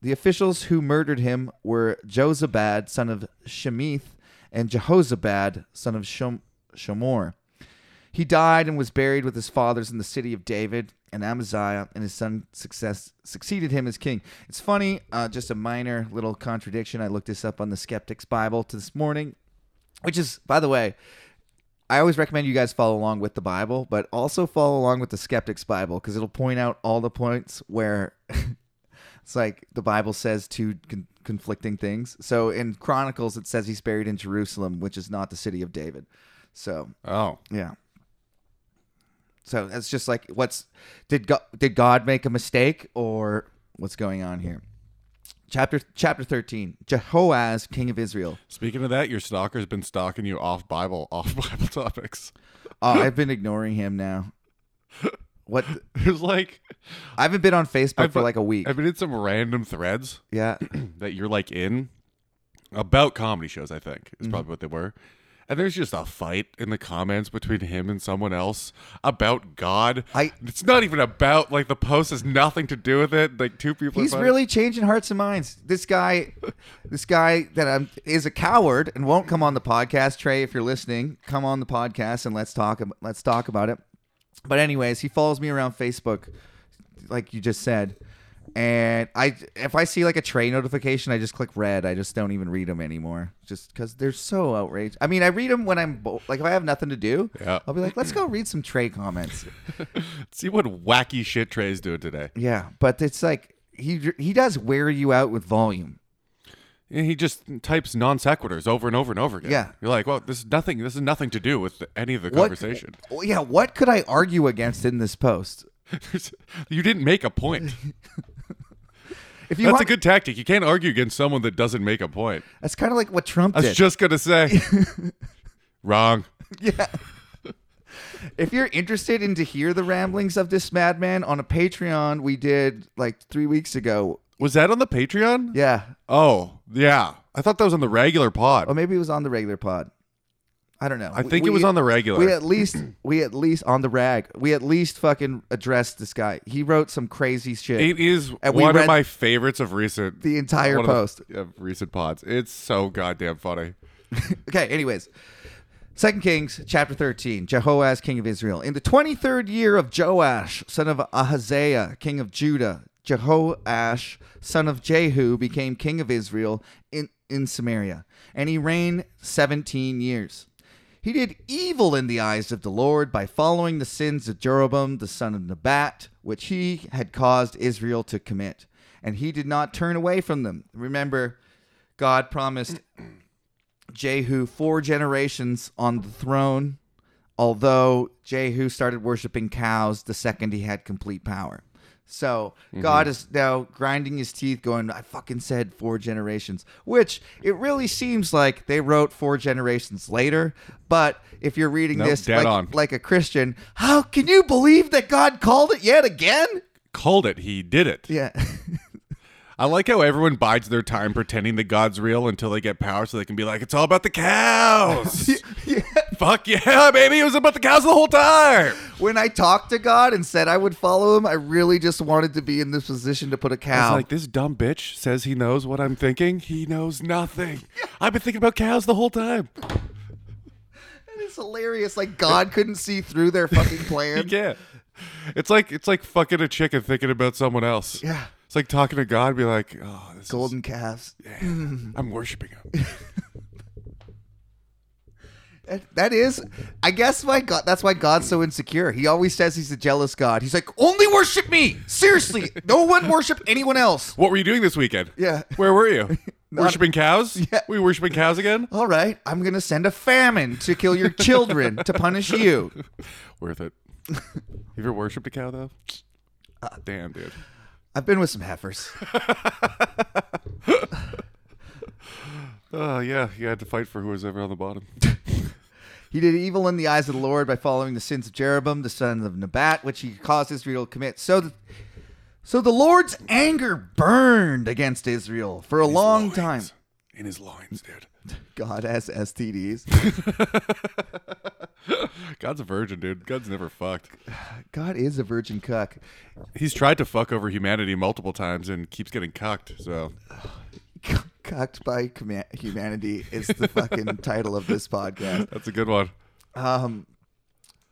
[SPEAKER 1] the officials who murdered him were Josabad, son of Shemith, and Jehozabad, son of Shom- Shomor. He died and was buried with his fathers in the city of David, and Amaziah and his son success, succeeded him as king. It's funny, uh, just a minor little contradiction. I looked this up on the Skeptic's Bible to this morning, which is, by the way, I always recommend you guys follow along with the Bible, but also follow along with the Skeptic's Bible because it'll point out all the points where it's like the Bible says two con- conflicting things. So in Chronicles, it says he's buried in Jerusalem, which is not the city of David. So
[SPEAKER 2] Oh,
[SPEAKER 1] yeah. So that's just like what's did God, did God make a mistake or what's going on here? Chapter chapter thirteen, Jehoaz, king of Israel.
[SPEAKER 2] speaking of that, your stalker's been stalking you off Bible, off Bible topics.
[SPEAKER 1] Oh, I've been ignoring him now. What
[SPEAKER 2] There's like
[SPEAKER 1] I haven't been on Facebook
[SPEAKER 2] I've-
[SPEAKER 1] for like a week.
[SPEAKER 2] I've been in some random threads
[SPEAKER 1] yeah,
[SPEAKER 2] that you're like in about comedy shows. I think is
[SPEAKER 1] Mm-hmm.
[SPEAKER 2] probably what they were. And there's just a fight in the comments between him and someone else about God.
[SPEAKER 1] I-
[SPEAKER 2] it's not even about like the post has nothing to do with it. Like two people. are
[SPEAKER 1] he's
[SPEAKER 2] fighting.
[SPEAKER 1] really changing hearts and minds. This guy, this guy that I'm, is a coward and won't come on the podcast. Trey, if you're listening, come on the podcast and let's talk. ab- Let's talk about it. But anyways, he follows me around Facebook, like you just said. And I, if I see like a Trey notification, I just click red. I just don't even read them anymore, just because they're so outraged. I mean, I read them when I'm bo- like if I have nothing to do,
[SPEAKER 2] Yeah.
[SPEAKER 1] I'll be like, let's go read some Trey comments.
[SPEAKER 2] see what wacky shit Trey's doing today.
[SPEAKER 1] Yeah, but it's like he he does wear you out with volume.
[SPEAKER 2] And he just types non sequiturs over and over and over again.
[SPEAKER 1] Yeah.
[SPEAKER 2] You're like, well, this is nothing. This is nothing to do with any of the
[SPEAKER 1] What-
[SPEAKER 2] conversation.
[SPEAKER 1] Oh, yeah, what could I argue against in this post?
[SPEAKER 2] There's- you didn't make a point.
[SPEAKER 1] If you
[SPEAKER 2] That's a
[SPEAKER 1] want,
[SPEAKER 2] good tactic. You can't argue against someone that doesn't make a point.
[SPEAKER 1] that's kind of like what Trump
[SPEAKER 2] I was
[SPEAKER 1] did.
[SPEAKER 2] just gonna say, wrong.
[SPEAKER 1] yeah. if you're interested in to hear the ramblings of this madman on a Patreon we did like three weeks ago.
[SPEAKER 2] Was that on the Patreon?
[SPEAKER 1] Yeah,
[SPEAKER 2] Oh, yeah. I thought that was on the regular pod.
[SPEAKER 1] or maybe it was on the regular pod. I don't know.
[SPEAKER 2] I think it was on the regular.
[SPEAKER 1] We at least we at least on the rag. We at least fucking addressed this guy. He wrote some crazy shit.
[SPEAKER 2] it is
[SPEAKER 1] And we
[SPEAKER 2] one
[SPEAKER 1] read
[SPEAKER 2] of my favorites of recent.
[SPEAKER 1] the entire
[SPEAKER 2] one of the-
[SPEAKER 1] post.
[SPEAKER 2] of recent pods. It's so goddamn funny.
[SPEAKER 1] Okay, anyways. Second Kings chapter 13, Jehoaz, king of Israel. In the 23rd year of Joash, son of Ahaziah, king of Judah, Jehoash, son of Jehu, became king of Israel in, in Samaria, and he reigned 17 years. He did evil in the eyes of the Lord by following the sins of Jeroboam the son of Nebat, which he had caused Israel to commit. And he did not turn away from them. Remember, God promised Jehu four generations on the throne, although Jehu started worshiping cows the second he had complete power. So
[SPEAKER 2] Mm-hmm.
[SPEAKER 1] God is now grinding his teeth, going, I fucking said four generations, which it really seems like they wrote four generations later. But if you're reading
[SPEAKER 2] Nope,
[SPEAKER 1] this
[SPEAKER 2] dead
[SPEAKER 1] like,
[SPEAKER 2] on.
[SPEAKER 1] like a Christian, how can you believe that God called it yet again?
[SPEAKER 2] Called it. He did it.
[SPEAKER 1] Yeah.
[SPEAKER 2] I like how everyone bides their time pretending that God's real until they get power so they can be like, it's all about the cows.
[SPEAKER 1] yeah.
[SPEAKER 2] Fuck yeah, baby. It was about the cows the whole time.
[SPEAKER 1] When I talked to God and said I would follow him, I really just wanted to be in this position to put a
[SPEAKER 2] I
[SPEAKER 1] cow.
[SPEAKER 2] was like, this dumb bitch says he knows what I'm thinking. He knows nothing. I've been thinking about cows the whole time.
[SPEAKER 1] it's hilarious. Like God couldn't see through their fucking
[SPEAKER 2] You
[SPEAKER 1] plan.
[SPEAKER 2] can't. It's like it's like fucking a chicken thinking about someone else.
[SPEAKER 1] Yeah.
[SPEAKER 2] It's like talking to God, and be like, oh, this is,
[SPEAKER 1] Golden calves.
[SPEAKER 2] I'm worshiping him.
[SPEAKER 1] That- That is, I guess why God. That's why God's so insecure. He always says he's a jealous God. He's like, only worship me. Seriously, no one worship anyone else.
[SPEAKER 2] what were you doing this weekend?
[SPEAKER 1] Yeah.
[SPEAKER 2] Where were you? worshiping cows? Yeah. Were you worshiping cows again?
[SPEAKER 1] All right, I'm gonna send a famine to kill your children to punish you.
[SPEAKER 2] Worth it. you ever worshipped a cow though?
[SPEAKER 1] Uh,
[SPEAKER 2] Damn, dude.
[SPEAKER 1] I've been with some heifers.
[SPEAKER 2] Oh yeah, you had to fight for who was ever on the bottom.
[SPEAKER 1] He did evil in the eyes of the Lord by following the sins of Jeroboam, the son of Nebat, which he caused Israel to commit. So, the, so the Lord's anger burned against Israel for a long
[SPEAKER 2] Loins.
[SPEAKER 1] time.
[SPEAKER 2] In his loins, dude.
[SPEAKER 1] God has STDs.
[SPEAKER 2] God's a virgin, dude. God's never fucked.
[SPEAKER 1] God is a virgin cuck.
[SPEAKER 2] He's tried to fuck over humanity multiple times and keeps getting cucked. So
[SPEAKER 1] C- Cucked by Cuma- humanity is the fucking title of this podcast.
[SPEAKER 2] that's a good one.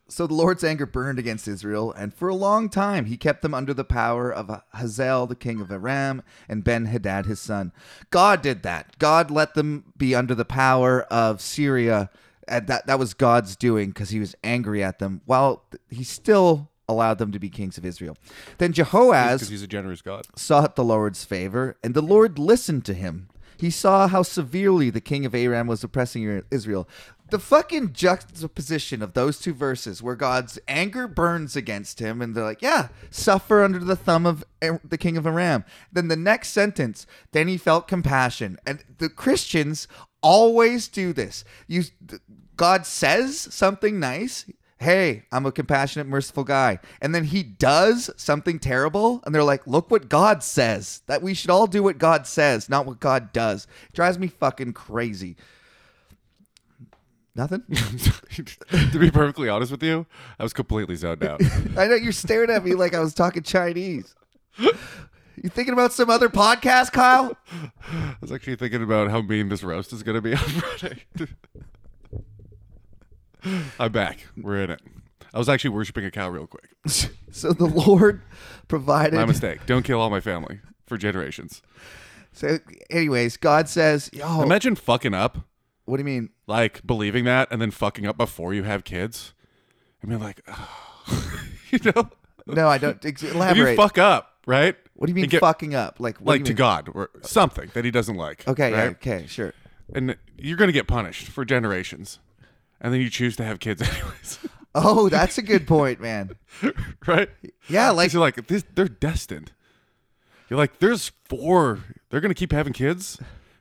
[SPEAKER 1] So the Lord's anger burned against Israel, and for a long time he kept them under the power of Hazael, the king of Aram, and Ben Hadad, his son. God did that. God let them be under the power of Syria. And that, that was God's doing because he was angry at them, while he still allowed them to be kings of Israel. Then Jehoaz.
[SPEAKER 2] Because he's a generous God.
[SPEAKER 1] sought the Lord's favor, and the Lord listened to him. He saw how severely the king of Aram was oppressing Israel. The fucking juxtaposition of those two verses, where God's anger burns against him, and they're like, "Yeah, suffer under the thumb of Ar- the king of Aram." Then the next sentence, then he felt compassion, and the Christians always do this. You, th- God says something nice, hey, I'm a compassionate, merciful guy. And then he does something terrible, and they're like, look what God says. That we should all do what God says, not what God does. It drives me fucking crazy. Nothing?
[SPEAKER 2] to be perfectly honest with you, I was completely zoned out.
[SPEAKER 1] I know you're staring at me like I was talking Chinese. You thinking about some other podcast, Kyle?
[SPEAKER 2] I was actually thinking about how mean this roast is going to be on Friday. I'm back. We're in it. I was actually worshiping a cow real quick.
[SPEAKER 1] So the Lord provided.
[SPEAKER 2] My mistake. Don't kill all my family for generations.
[SPEAKER 1] So, anyways, God says, "Yo,
[SPEAKER 2] Imagine fucking up,
[SPEAKER 1] what do you mean?
[SPEAKER 2] like believing that, and then fucking up before you have kids. I mean, like, you know,
[SPEAKER 1] No, I don't. Ex-
[SPEAKER 2] if
[SPEAKER 1] elaborate.
[SPEAKER 2] you fuck up, right?
[SPEAKER 1] what do you mean
[SPEAKER 2] and get-
[SPEAKER 1] fucking up? Like, what do
[SPEAKER 2] Like
[SPEAKER 1] you
[SPEAKER 2] to
[SPEAKER 1] mean?
[SPEAKER 2] God or something that he doesn't like.
[SPEAKER 1] Okay, yeah,
[SPEAKER 2] right?
[SPEAKER 1] okay, sure.
[SPEAKER 2] and you're gonna get punished for generations, and then you choose to have kids anyways,
[SPEAKER 1] Oh, that's a good point, man.
[SPEAKER 2] right?
[SPEAKER 1] Yeah, like
[SPEAKER 2] Because you're like this, they're destined. You're like, there's four. They're gonna keep having kids.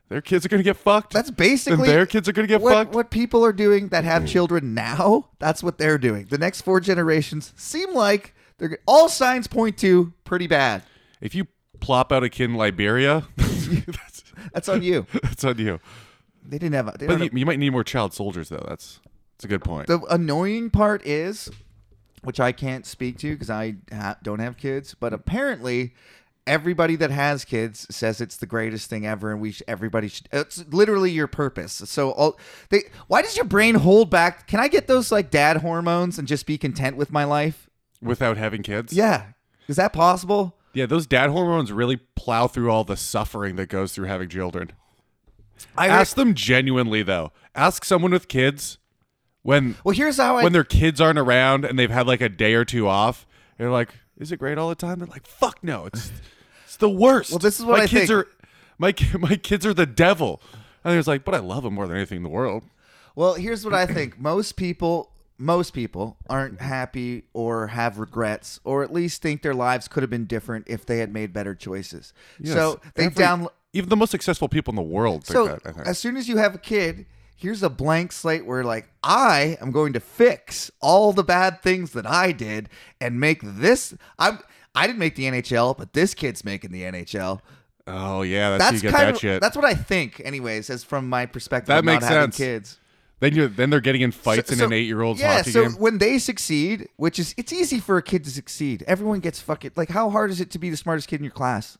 [SPEAKER 2] Their kids are gonna get fucked.
[SPEAKER 1] that's basically
[SPEAKER 2] Then their kids are gonna get
[SPEAKER 1] what,
[SPEAKER 2] fucked.
[SPEAKER 1] What people are doing that have children now, that's what they're doing. The next four generations seem like they're g- all signs point to pretty bad.
[SPEAKER 2] If you plop out a kid in Liberia, that's,
[SPEAKER 1] That's on you.
[SPEAKER 2] that's on you.
[SPEAKER 1] They didn't have. They
[SPEAKER 2] But
[SPEAKER 1] don't
[SPEAKER 2] you, you might need more child soldiers, though. That's that's a good point.
[SPEAKER 1] the annoying part is, which I can't speak to because I ha- don't have kids, but apparently. Everybody that has kids says it's the greatest thing ever, and we sh- everybody should. It's literally your purpose. So all they. Why does your brain hold back? Can I get those like dad hormones and just be content with my life?
[SPEAKER 2] Without having kids,
[SPEAKER 1] Yeah, is that possible?
[SPEAKER 2] yeah. Those dad hormones really plow through all the suffering that goes through having children.
[SPEAKER 1] I
[SPEAKER 2] Ask them genuinely though. Ask someone with kids When
[SPEAKER 1] Well, here's how I
[SPEAKER 2] when their kids aren't around and they've had like a day or two off, they're like, "Is it great all the time?" They're like, "Fuck no, it's it's the worst."
[SPEAKER 1] Well, this is what
[SPEAKER 2] my
[SPEAKER 1] I
[SPEAKER 2] kids
[SPEAKER 1] think.
[SPEAKER 2] are. My ki- my kids are the devil, and it's like, but I love them more than anything in the world.
[SPEAKER 1] Well, here's what I think. Most people most people aren't happy or have regrets or at least think their lives could have been different if they had made better choices. so
[SPEAKER 2] Yes,
[SPEAKER 1] they
[SPEAKER 2] every-
[SPEAKER 1] down
[SPEAKER 2] even the most successful people in the world. Think
[SPEAKER 1] so
[SPEAKER 2] that, I think.
[SPEAKER 1] as soon as you have a kid, here's a blank slate where like I am going to fix all the bad things that I did and make this I'm I didn't make the NHL, but this kid's making the NHL.
[SPEAKER 2] oh yeah, that's, how
[SPEAKER 1] That's
[SPEAKER 2] you get
[SPEAKER 1] kind
[SPEAKER 2] that
[SPEAKER 1] of
[SPEAKER 2] shit.
[SPEAKER 1] that's what I think, anyways, as from my perspective.
[SPEAKER 2] That
[SPEAKER 1] of not
[SPEAKER 2] makes
[SPEAKER 1] having
[SPEAKER 2] sense.
[SPEAKER 1] Kids.
[SPEAKER 2] then you then they're getting in fights
[SPEAKER 1] So-
[SPEAKER 2] in
[SPEAKER 1] so-
[SPEAKER 2] an eight year old's
[SPEAKER 1] yeah,
[SPEAKER 2] hockey
[SPEAKER 1] so
[SPEAKER 2] game.
[SPEAKER 1] when they succeed, which is it's easy for a kid to succeed. Everyone gets fucking like how hard is it to be the smartest kid in your class?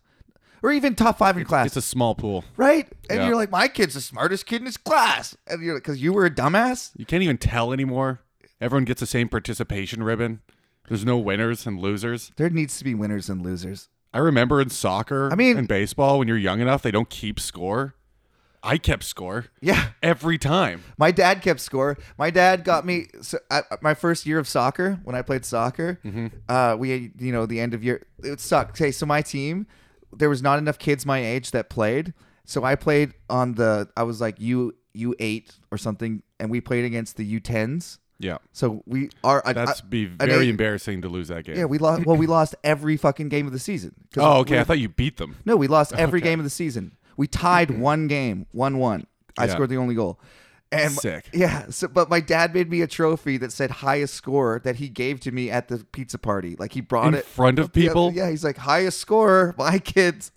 [SPEAKER 1] Or even top five in your class,
[SPEAKER 2] It's a small pool.
[SPEAKER 1] right? And
[SPEAKER 2] Yeah.
[SPEAKER 1] you're like, my kid's the smartest kid in his class, and you're because you were a dumbass.
[SPEAKER 2] You can't even tell anymore. Everyone gets the same participation ribbon. There's no winners and losers.
[SPEAKER 1] There needs to be winners and losers.
[SPEAKER 2] I remember in soccer,
[SPEAKER 1] I mean-
[SPEAKER 2] in baseball, when you're young enough, they don't keep score. I kept score
[SPEAKER 1] Yeah,
[SPEAKER 2] every time.
[SPEAKER 1] my dad kept score. My dad got me so I, my first year of soccer when I played soccer.
[SPEAKER 2] Mm-hmm.
[SPEAKER 1] Uh, we had, you know the end of year it sucked. Hey, so my team there was not enough kids my age that played, so I played on the I was like U U eight or something, and we played against the U tens.
[SPEAKER 2] Yeah,
[SPEAKER 1] So we are I-
[SPEAKER 2] that's
[SPEAKER 1] I-
[SPEAKER 2] be
[SPEAKER 1] an
[SPEAKER 2] very
[SPEAKER 1] eight-
[SPEAKER 2] embarrassing to lose that game.
[SPEAKER 1] yeah we lost well we lost every fucking game of the season. 'Cause
[SPEAKER 2] oh, okay.
[SPEAKER 1] we-
[SPEAKER 2] I thought you beat them.
[SPEAKER 1] no, we lost every game of the season. We tied one game, one one. I
[SPEAKER 2] Yeah.
[SPEAKER 1] scored the only goal. And
[SPEAKER 2] Sick.
[SPEAKER 1] Yeah. So, but my dad made me a trophy that said highest score that he gave to me at the pizza party. Like he brought
[SPEAKER 2] In
[SPEAKER 1] it
[SPEAKER 2] front of people?
[SPEAKER 1] Yeah, yeah, he's like highest scorer, my kids.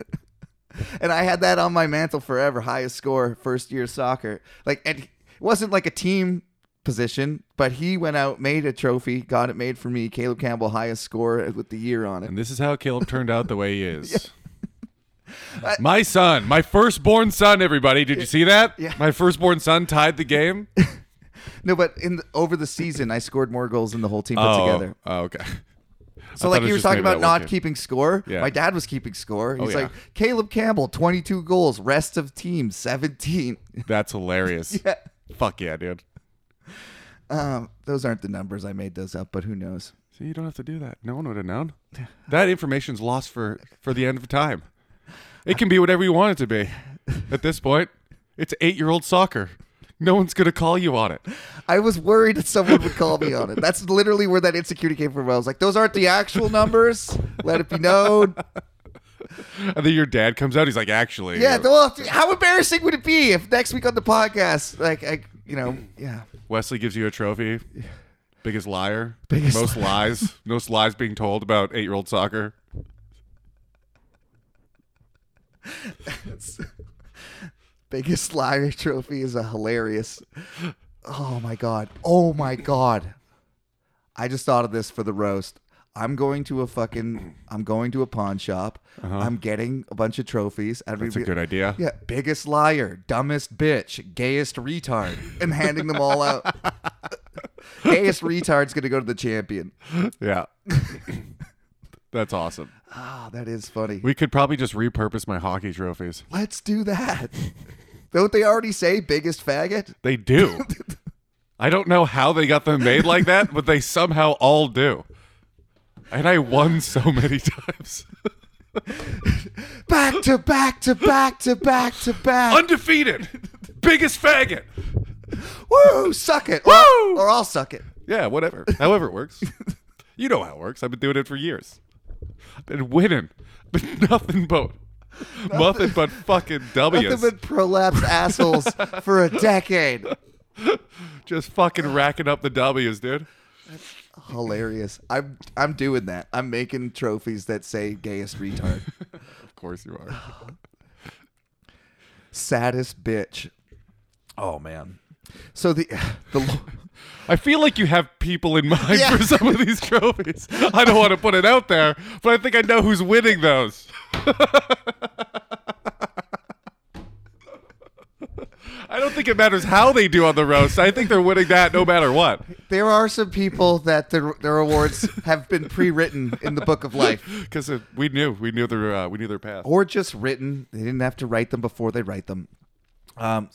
[SPEAKER 1] and I had that on my mantle forever. Highest score, first year soccer. Like, and it wasn't like a team position, but he went out, made a trophy, got it made for me. Caleb Campbell, highest score with the year on it.
[SPEAKER 2] And this is how Caleb turned out the way he is. my son, my firstborn son, everybody. Did you see that?
[SPEAKER 1] Yeah.
[SPEAKER 2] My firstborn son tied the game.
[SPEAKER 1] No, but in the, over the season, I scored more goals than the whole team put
[SPEAKER 2] oh,
[SPEAKER 1] together.
[SPEAKER 2] oh, okay.
[SPEAKER 1] So,
[SPEAKER 2] I
[SPEAKER 1] like
[SPEAKER 2] thought it
[SPEAKER 1] you were
[SPEAKER 2] was just
[SPEAKER 1] talking
[SPEAKER 2] maybe
[SPEAKER 1] about
[SPEAKER 2] that one
[SPEAKER 1] not
[SPEAKER 2] kid.
[SPEAKER 1] keeping score.
[SPEAKER 2] Yeah. Oh,
[SPEAKER 1] My dad was keeping score. He's
[SPEAKER 2] yeah.
[SPEAKER 1] like Caleb Campbell, twenty-two goals. Rest of team, seventeen.
[SPEAKER 2] That's hilarious.
[SPEAKER 1] yeah.
[SPEAKER 2] Fuck yeah, dude.
[SPEAKER 1] Um, those aren't the numbers. I made those up, but who knows?
[SPEAKER 2] See, you don't have to do that. No one would have known. That information's lost for for the end of time. It can be whatever you want it to be. At this point, it's eight year old soccer. No one's gonna call you on it.
[SPEAKER 1] I was worried that someone would call me on it. That's literally where that insecurity came from. I was like, those aren't the actual numbers. Let it be known.
[SPEAKER 2] And then your dad comes out. He's like, actually,
[SPEAKER 1] Yeah.
[SPEAKER 2] uh,
[SPEAKER 1] Well, how embarrassing would it be if next week on the podcast, like, I, you know, yeah.
[SPEAKER 2] Wesley gives you a trophy. Biggest liar.
[SPEAKER 1] Biggest
[SPEAKER 2] most lies. Most lies being told about eight year old soccer.
[SPEAKER 1] biggest liar trophy is a hilarious. Oh my god. Oh my god. I just thought of this for the roast. I'm going to a fucking I'm going to a pawn shop. I'm getting a bunch of trophies. I'd
[SPEAKER 2] Uh-huh. That's a good idea.
[SPEAKER 1] Yeah, biggest liar, dumbest bitch, gayest retard, and handing them all out. gayest retard's gonna go to the champion.
[SPEAKER 2] Yeah. That's awesome.
[SPEAKER 1] Ah, that is funny.
[SPEAKER 2] We could probably just repurpose my hockey trophies.
[SPEAKER 1] Let's do that. Don't they already say biggest faggot?
[SPEAKER 2] They do. I don't know how they got them made like that, but they somehow all do. And I won so many times.
[SPEAKER 1] Back to back to back to back to back.
[SPEAKER 2] Undefeated. Biggest faggot.
[SPEAKER 1] Woo! Suck it. Woo!
[SPEAKER 2] Woo!
[SPEAKER 1] Or, I'll suck it.
[SPEAKER 2] Yeah, whatever. However it works. You know how it works. I've been doing it for years. Been winning. Been nothing but nothing but fucking W's.
[SPEAKER 1] Nothing but prolapsed assholes for a decade.
[SPEAKER 2] Just fucking racking up the W's, dude.
[SPEAKER 1] Hilarious. I'm I'm doing that. I'm making trophies that say gayest retard,
[SPEAKER 2] Of course you are.
[SPEAKER 1] saddest bitch. Oh man. So the the lo-
[SPEAKER 2] I feel like you have people in mind
[SPEAKER 1] Yeah.
[SPEAKER 2] for some of these trophies. I don't want to put it out there, but I think I know who's winning those. I don't think it matters how they do on the roast. I think they're winning that no matter what.
[SPEAKER 1] there are some people that their their awards have been pre-written in the book of life
[SPEAKER 2] Because uh, we knew, we knew their, uh, we knew their path.
[SPEAKER 1] or just written. They didn't have to write them before they write them. Um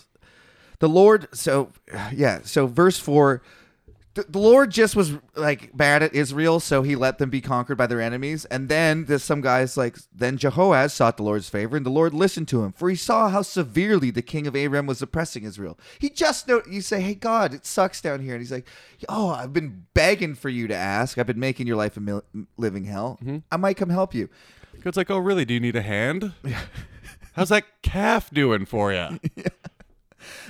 [SPEAKER 1] the Lord, so yeah, so verse four, the, the Lord just was like bad at Israel, so he let them be conquered by their enemies. And then there's some guys like then Jehoaz sought the Lord's favor, and the Lord listened to him, for he saw how severely the king of Aram was oppressing Israel. He just know you say, hey God, it sucks down here, and he's like, oh, I've been begging for you to ask. I've been making your life a mil- living hell. I might come help you.
[SPEAKER 2] It's like, oh, really? Do you need a hand? How's that calf doing for you?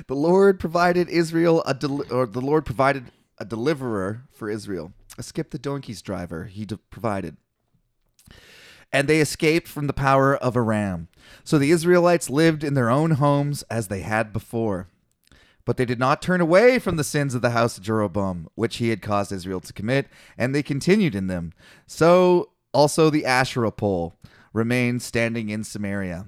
[SPEAKER 1] The Lord provided Israel a del- or the Lord provided a deliverer for Israel. I skipped the donkey's driver. He de- provided. And they escaped from the power of Aram. So the Israelites lived in their own homes as they had before. But they did not turn away from the sins of the house of Jeroboam, which he had caused Israel to commit, and they continued in them. So also the Asherah pole remained standing in Samaria.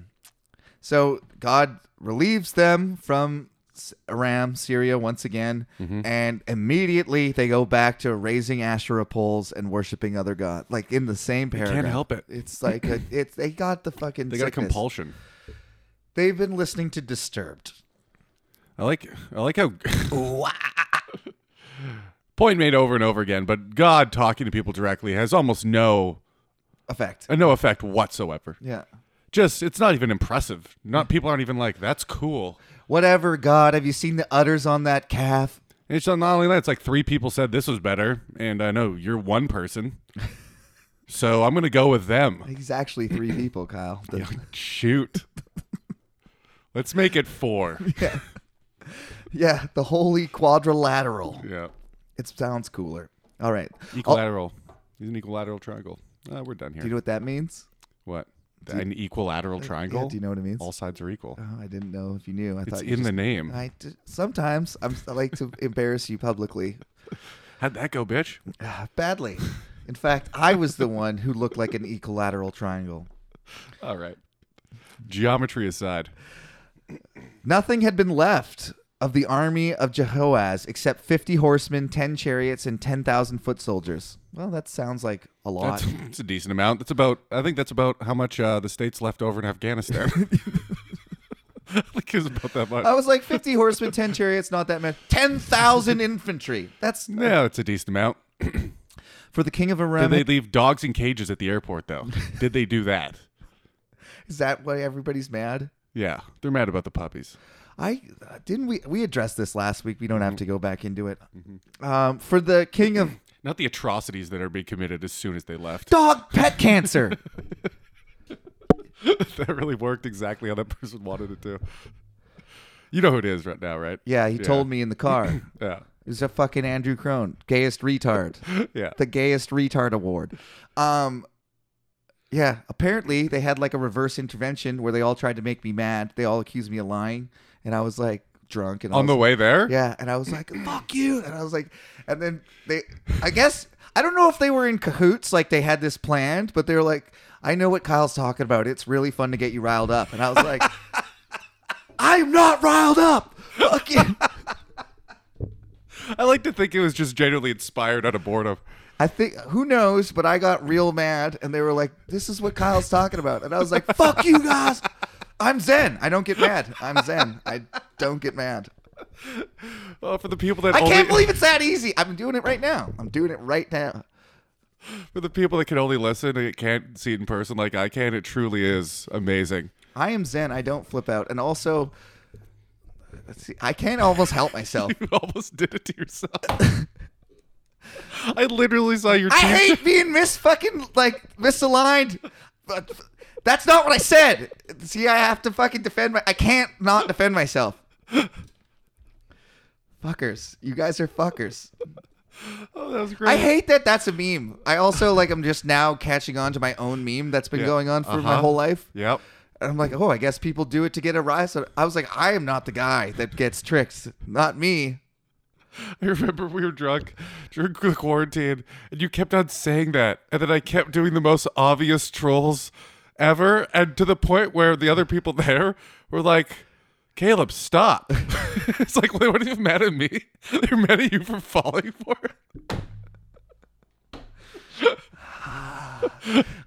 [SPEAKER 1] So God relieves them from S- Aram, Syria, once again,
[SPEAKER 2] Mm-hmm.
[SPEAKER 1] and immediately they go back to raising Asherah poles and worshiping other gods, like in the same paragraph.
[SPEAKER 2] help it.
[SPEAKER 1] It's like a, it's they got the fucking.
[SPEAKER 2] They got a
[SPEAKER 1] sickness.
[SPEAKER 2] compulsion.
[SPEAKER 1] They've been listening to Disturbed.
[SPEAKER 2] I like I like how point made over and over again, but God talking to people directly has almost no
[SPEAKER 1] Effect.
[SPEAKER 2] uh, no effect whatsoever.
[SPEAKER 1] Yeah.
[SPEAKER 2] Just it's not even impressive. Not people aren't even like that's cool.
[SPEAKER 1] Whatever, God. Have you seen the udders on that calf?
[SPEAKER 2] And it's not only that; it's like three people said this was better, and I know you're one person, so I'm gonna go with them.
[SPEAKER 1] He's actually three people, Kyle. The-
[SPEAKER 2] Shoot, let's make it four.
[SPEAKER 1] yeah, the holy quadrilateral.
[SPEAKER 2] Yeah,
[SPEAKER 1] It sounds cooler. All right. Oh,
[SPEAKER 2] equilateral. He's an equilateral triangle. Uh, we're done here.
[SPEAKER 1] do you know what that means?
[SPEAKER 2] what? An equilateral triangle.
[SPEAKER 1] Yeah, do you know what it means?
[SPEAKER 2] All sides are equal.
[SPEAKER 1] Oh, I didn't know if you knew. I
[SPEAKER 2] It's
[SPEAKER 1] thought
[SPEAKER 2] in
[SPEAKER 1] you
[SPEAKER 2] the
[SPEAKER 1] just-
[SPEAKER 2] name.
[SPEAKER 1] I d- sometimes I'm, I like to embarrass you publicly,
[SPEAKER 2] How'd that go, bitch?
[SPEAKER 1] Ah, badly. In fact, I was the one who looked like an equilateral triangle.
[SPEAKER 2] All right. Geometry aside,
[SPEAKER 1] Nothing had been left of the army of Jehoaz except 50 horsemen, 10 chariots, and 10,000 foot soldiers. Well, that sounds like a lot.
[SPEAKER 2] that's, that's a decent amount. That's about. I think that's about how much uh, the states left over in Afghanistan. I think it was about that much.
[SPEAKER 1] I was like, 50 horsemen, 10 chariots, not that many. 10,000 infantry. That's
[SPEAKER 2] Yeah, it's a decent amount.
[SPEAKER 1] for the king of
[SPEAKER 2] Did
[SPEAKER 1] Aram.
[SPEAKER 2] they leave dogs in cages at the airport though? Did they do that?
[SPEAKER 1] is that why everybody's mad?
[SPEAKER 2] Yeah, they're mad about the puppies.
[SPEAKER 1] I uh, didn't we we addressed this last week. We don't have to go back into it.
[SPEAKER 2] Mm-hmm.
[SPEAKER 1] Um, for the king of
[SPEAKER 2] Not the atrocities that are being committed as soon as they left.
[SPEAKER 1] dog pet cancer.
[SPEAKER 2] that really worked exactly how that person wanted it to. You know who it is right now, right?
[SPEAKER 1] Yeah, he told me in the car. It
[SPEAKER 2] Yeah.
[SPEAKER 1] was a fucking Andrew Crone, gayest retard.
[SPEAKER 2] Yeah.
[SPEAKER 1] the gayest retard award. Um, yeah, apparently they had like a reverse intervention where they all tried to make me mad. They all accused me of lying, and I was like drunk and I
[SPEAKER 2] On the
[SPEAKER 1] was-
[SPEAKER 2] way there?
[SPEAKER 1] Yeah, and I was like, "Fuck you!" And I was like, and then they, I guess I don't know if they were in cahoots, like they had this planned, but they were like, "I know what Kyle's talking about. It's really fun to get you riled up," and I was like, "I'm not riled up." Fucking.
[SPEAKER 2] I like to think it was just genuinely inspired out of boredom.
[SPEAKER 1] I think who knows, but I got real mad, and they were like, "This is what Kyle's talking about," and I was like, "Fuck you guys! I'm Zen. I don't get mad. I'm Zen. I don't get mad.
[SPEAKER 2] Oh, for the people that
[SPEAKER 1] I
[SPEAKER 2] only,
[SPEAKER 1] can't believe it's that easy. I'm doing it right now. I'm doing it right now.
[SPEAKER 2] for the people that can only listen and can't see it in person like I can, it truly is amazing.
[SPEAKER 1] I am Zen. I don't flip out, and also." Let's see. I can't almost help myself.
[SPEAKER 2] You almost did it to yourself. I literally saw your
[SPEAKER 1] I
[SPEAKER 2] teeth-
[SPEAKER 1] hate being mis fucking like misaligned. But that's not what I said. See, I have to fucking defend my. I can't not defend myself. Fuckers, you guys are fuckers.
[SPEAKER 2] Oh, that was great.
[SPEAKER 1] I hate that that's a meme. I also like I'm just now catching on to my own meme that's been
[SPEAKER 2] Yeah.
[SPEAKER 1] going on for my
[SPEAKER 2] Uh-huh.
[SPEAKER 1] whole life.
[SPEAKER 2] Yep.
[SPEAKER 1] And I'm like, oh, I guess people do it to get a rise. out of-" I was like, I am not the guy that gets tricks. Not me.
[SPEAKER 2] I remember we were drunk during the quarantine, and you kept on saying that, and then I kept doing the most obvious trolls ever, and to the point where the other people there were like, "Caleb, stop!" it's like they weren't even mad at me; they're mad at you for falling for it.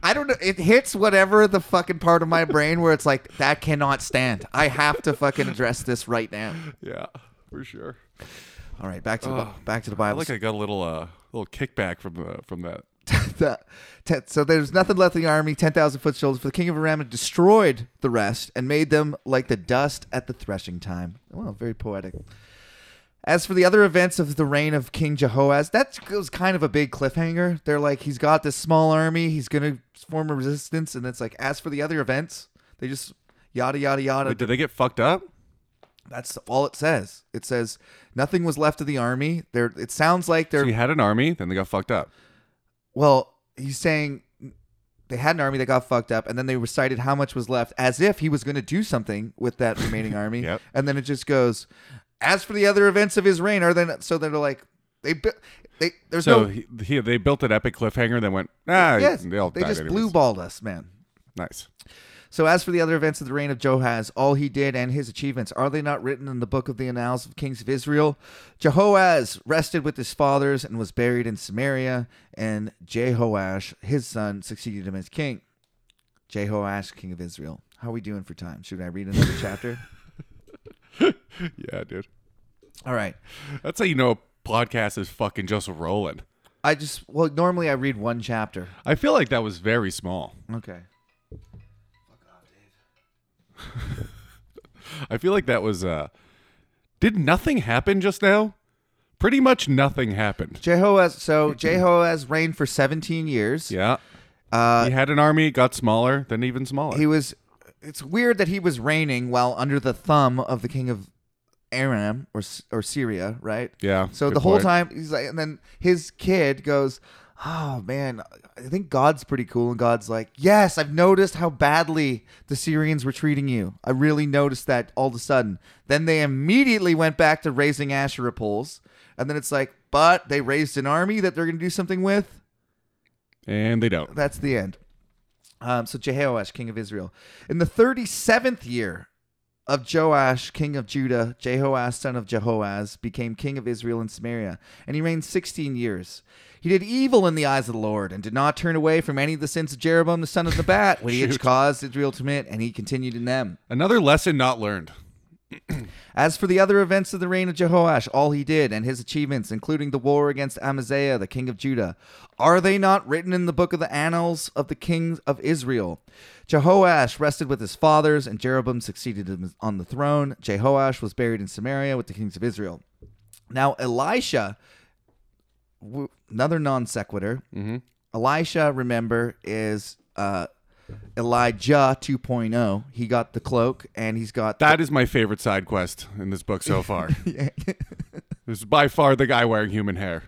[SPEAKER 1] I don't know. It hits whatever the fucking part of my brain where it's like that cannot stand. I have to fucking address this right now.
[SPEAKER 2] yeah, for sure.
[SPEAKER 1] All right, back to the,
[SPEAKER 2] Oh,
[SPEAKER 1] back to the
[SPEAKER 2] I
[SPEAKER 1] Bible.
[SPEAKER 2] like I got a little uh little kickback from the from that.
[SPEAKER 1] the, te- so there's nothing left of the army, 10,000 foot soldiers. For the king of Aram had destroyed the rest and made them like the dust at the threshing time. Well, very poetic. As for the other events of the reign of King Jehoaz, that was kind of a big cliffhanger. They're like, he's got this small army, he's going to form a resistance. And it's like, as for the other events, they just yada, yada, yada.
[SPEAKER 2] Wait, did they get fucked up?
[SPEAKER 1] That's all it says. It says nothing was left of the army. There, it sounds like
[SPEAKER 2] So
[SPEAKER 1] they're
[SPEAKER 2] you had an army, then they got fucked up.
[SPEAKER 1] well. He's saying they had an army that got fucked up, and then they recited how much was left, as if he was going to do something with that remaining army.
[SPEAKER 2] Yep.
[SPEAKER 1] And then it just goes. As for the other events of his reign, are then so they're like they bu- they there's
[SPEAKER 2] So
[SPEAKER 1] no
[SPEAKER 2] he, he they built an epic cliffhanger, then went ah
[SPEAKER 1] yes
[SPEAKER 2] they all
[SPEAKER 1] they
[SPEAKER 2] died
[SPEAKER 1] just
[SPEAKER 2] anyways.
[SPEAKER 1] blue balled us, man.
[SPEAKER 2] Nice.
[SPEAKER 1] So as for the other events of the reign of Johaz, all he did and his achievements, are they not written in the book of the annals of kings of Israel? Jehoaz rested with his fathers and was buried in Samaria, and Jehoash, his son, succeeded him as king. Jehoash, king of Israel. How are we doing for time? Should I read another chapter?
[SPEAKER 2] Yeah, dude.
[SPEAKER 1] All right.
[SPEAKER 2] That's how you know a podcast is fucking just rolling.
[SPEAKER 1] I just well normally I read one chapter.
[SPEAKER 2] I feel like that was very small.
[SPEAKER 1] Okay.
[SPEAKER 2] I feel like that was uh did nothing happen just now? Pretty much nothing happened.
[SPEAKER 1] Jehoaz so Jehoaz reigned for 17 years.
[SPEAKER 2] Yeah.
[SPEAKER 1] Uh,
[SPEAKER 2] he had an army, got smaller, then even smaller.
[SPEAKER 1] he was it's weird that he was reigning while under the thumb of the king of Aram or S- or Syria, right?
[SPEAKER 2] yeah.
[SPEAKER 1] So
[SPEAKER 2] good
[SPEAKER 1] the whole
[SPEAKER 2] point.
[SPEAKER 1] time he's like and then his kid goes, "Oh man, I think God's pretty cool." And God's like, "Yes, I've noticed how badly the Syrians were treating you. I really noticed that all of a sudden." Then they immediately went back to raising Asherah poles. And then it's like, "But they raised an army that they're going to do something with."
[SPEAKER 2] And they don't.
[SPEAKER 1] that's the end. Um, so Jehoash, king of Israel, in the thirty-seventh year of Joash, king of Judah, Jehoash, son of Jehoaz, became king of Israel in Samaria, and he reigned sixteen years. He did evil in the eyes of the Lord, and did not turn away from any of the sins of Jeroboam the son of Nebat, which he had
[SPEAKER 2] Shoot.
[SPEAKER 1] caused Israel to commit, and he continued in them.
[SPEAKER 2] Another lesson not learned.
[SPEAKER 1] As for the other events of the reign of Jehoash, all he did and his achievements, including the war against Amaziah, the king of Judah, are they not written in the book of the annals of the kings of Israel? Jehoash rested with his fathers, and Jeroboam succeeded him on the throne. Jehoash was buried in Samaria with the kings of Israel. Now, Elisha, w- another non sequitur,
[SPEAKER 2] Mm-hmm.
[SPEAKER 1] Elisha, remember, is uh, Elijah 2.0. He got the cloak, and he's got
[SPEAKER 2] That is my favorite side quest in this book so far. This is by far the guy wearing human hair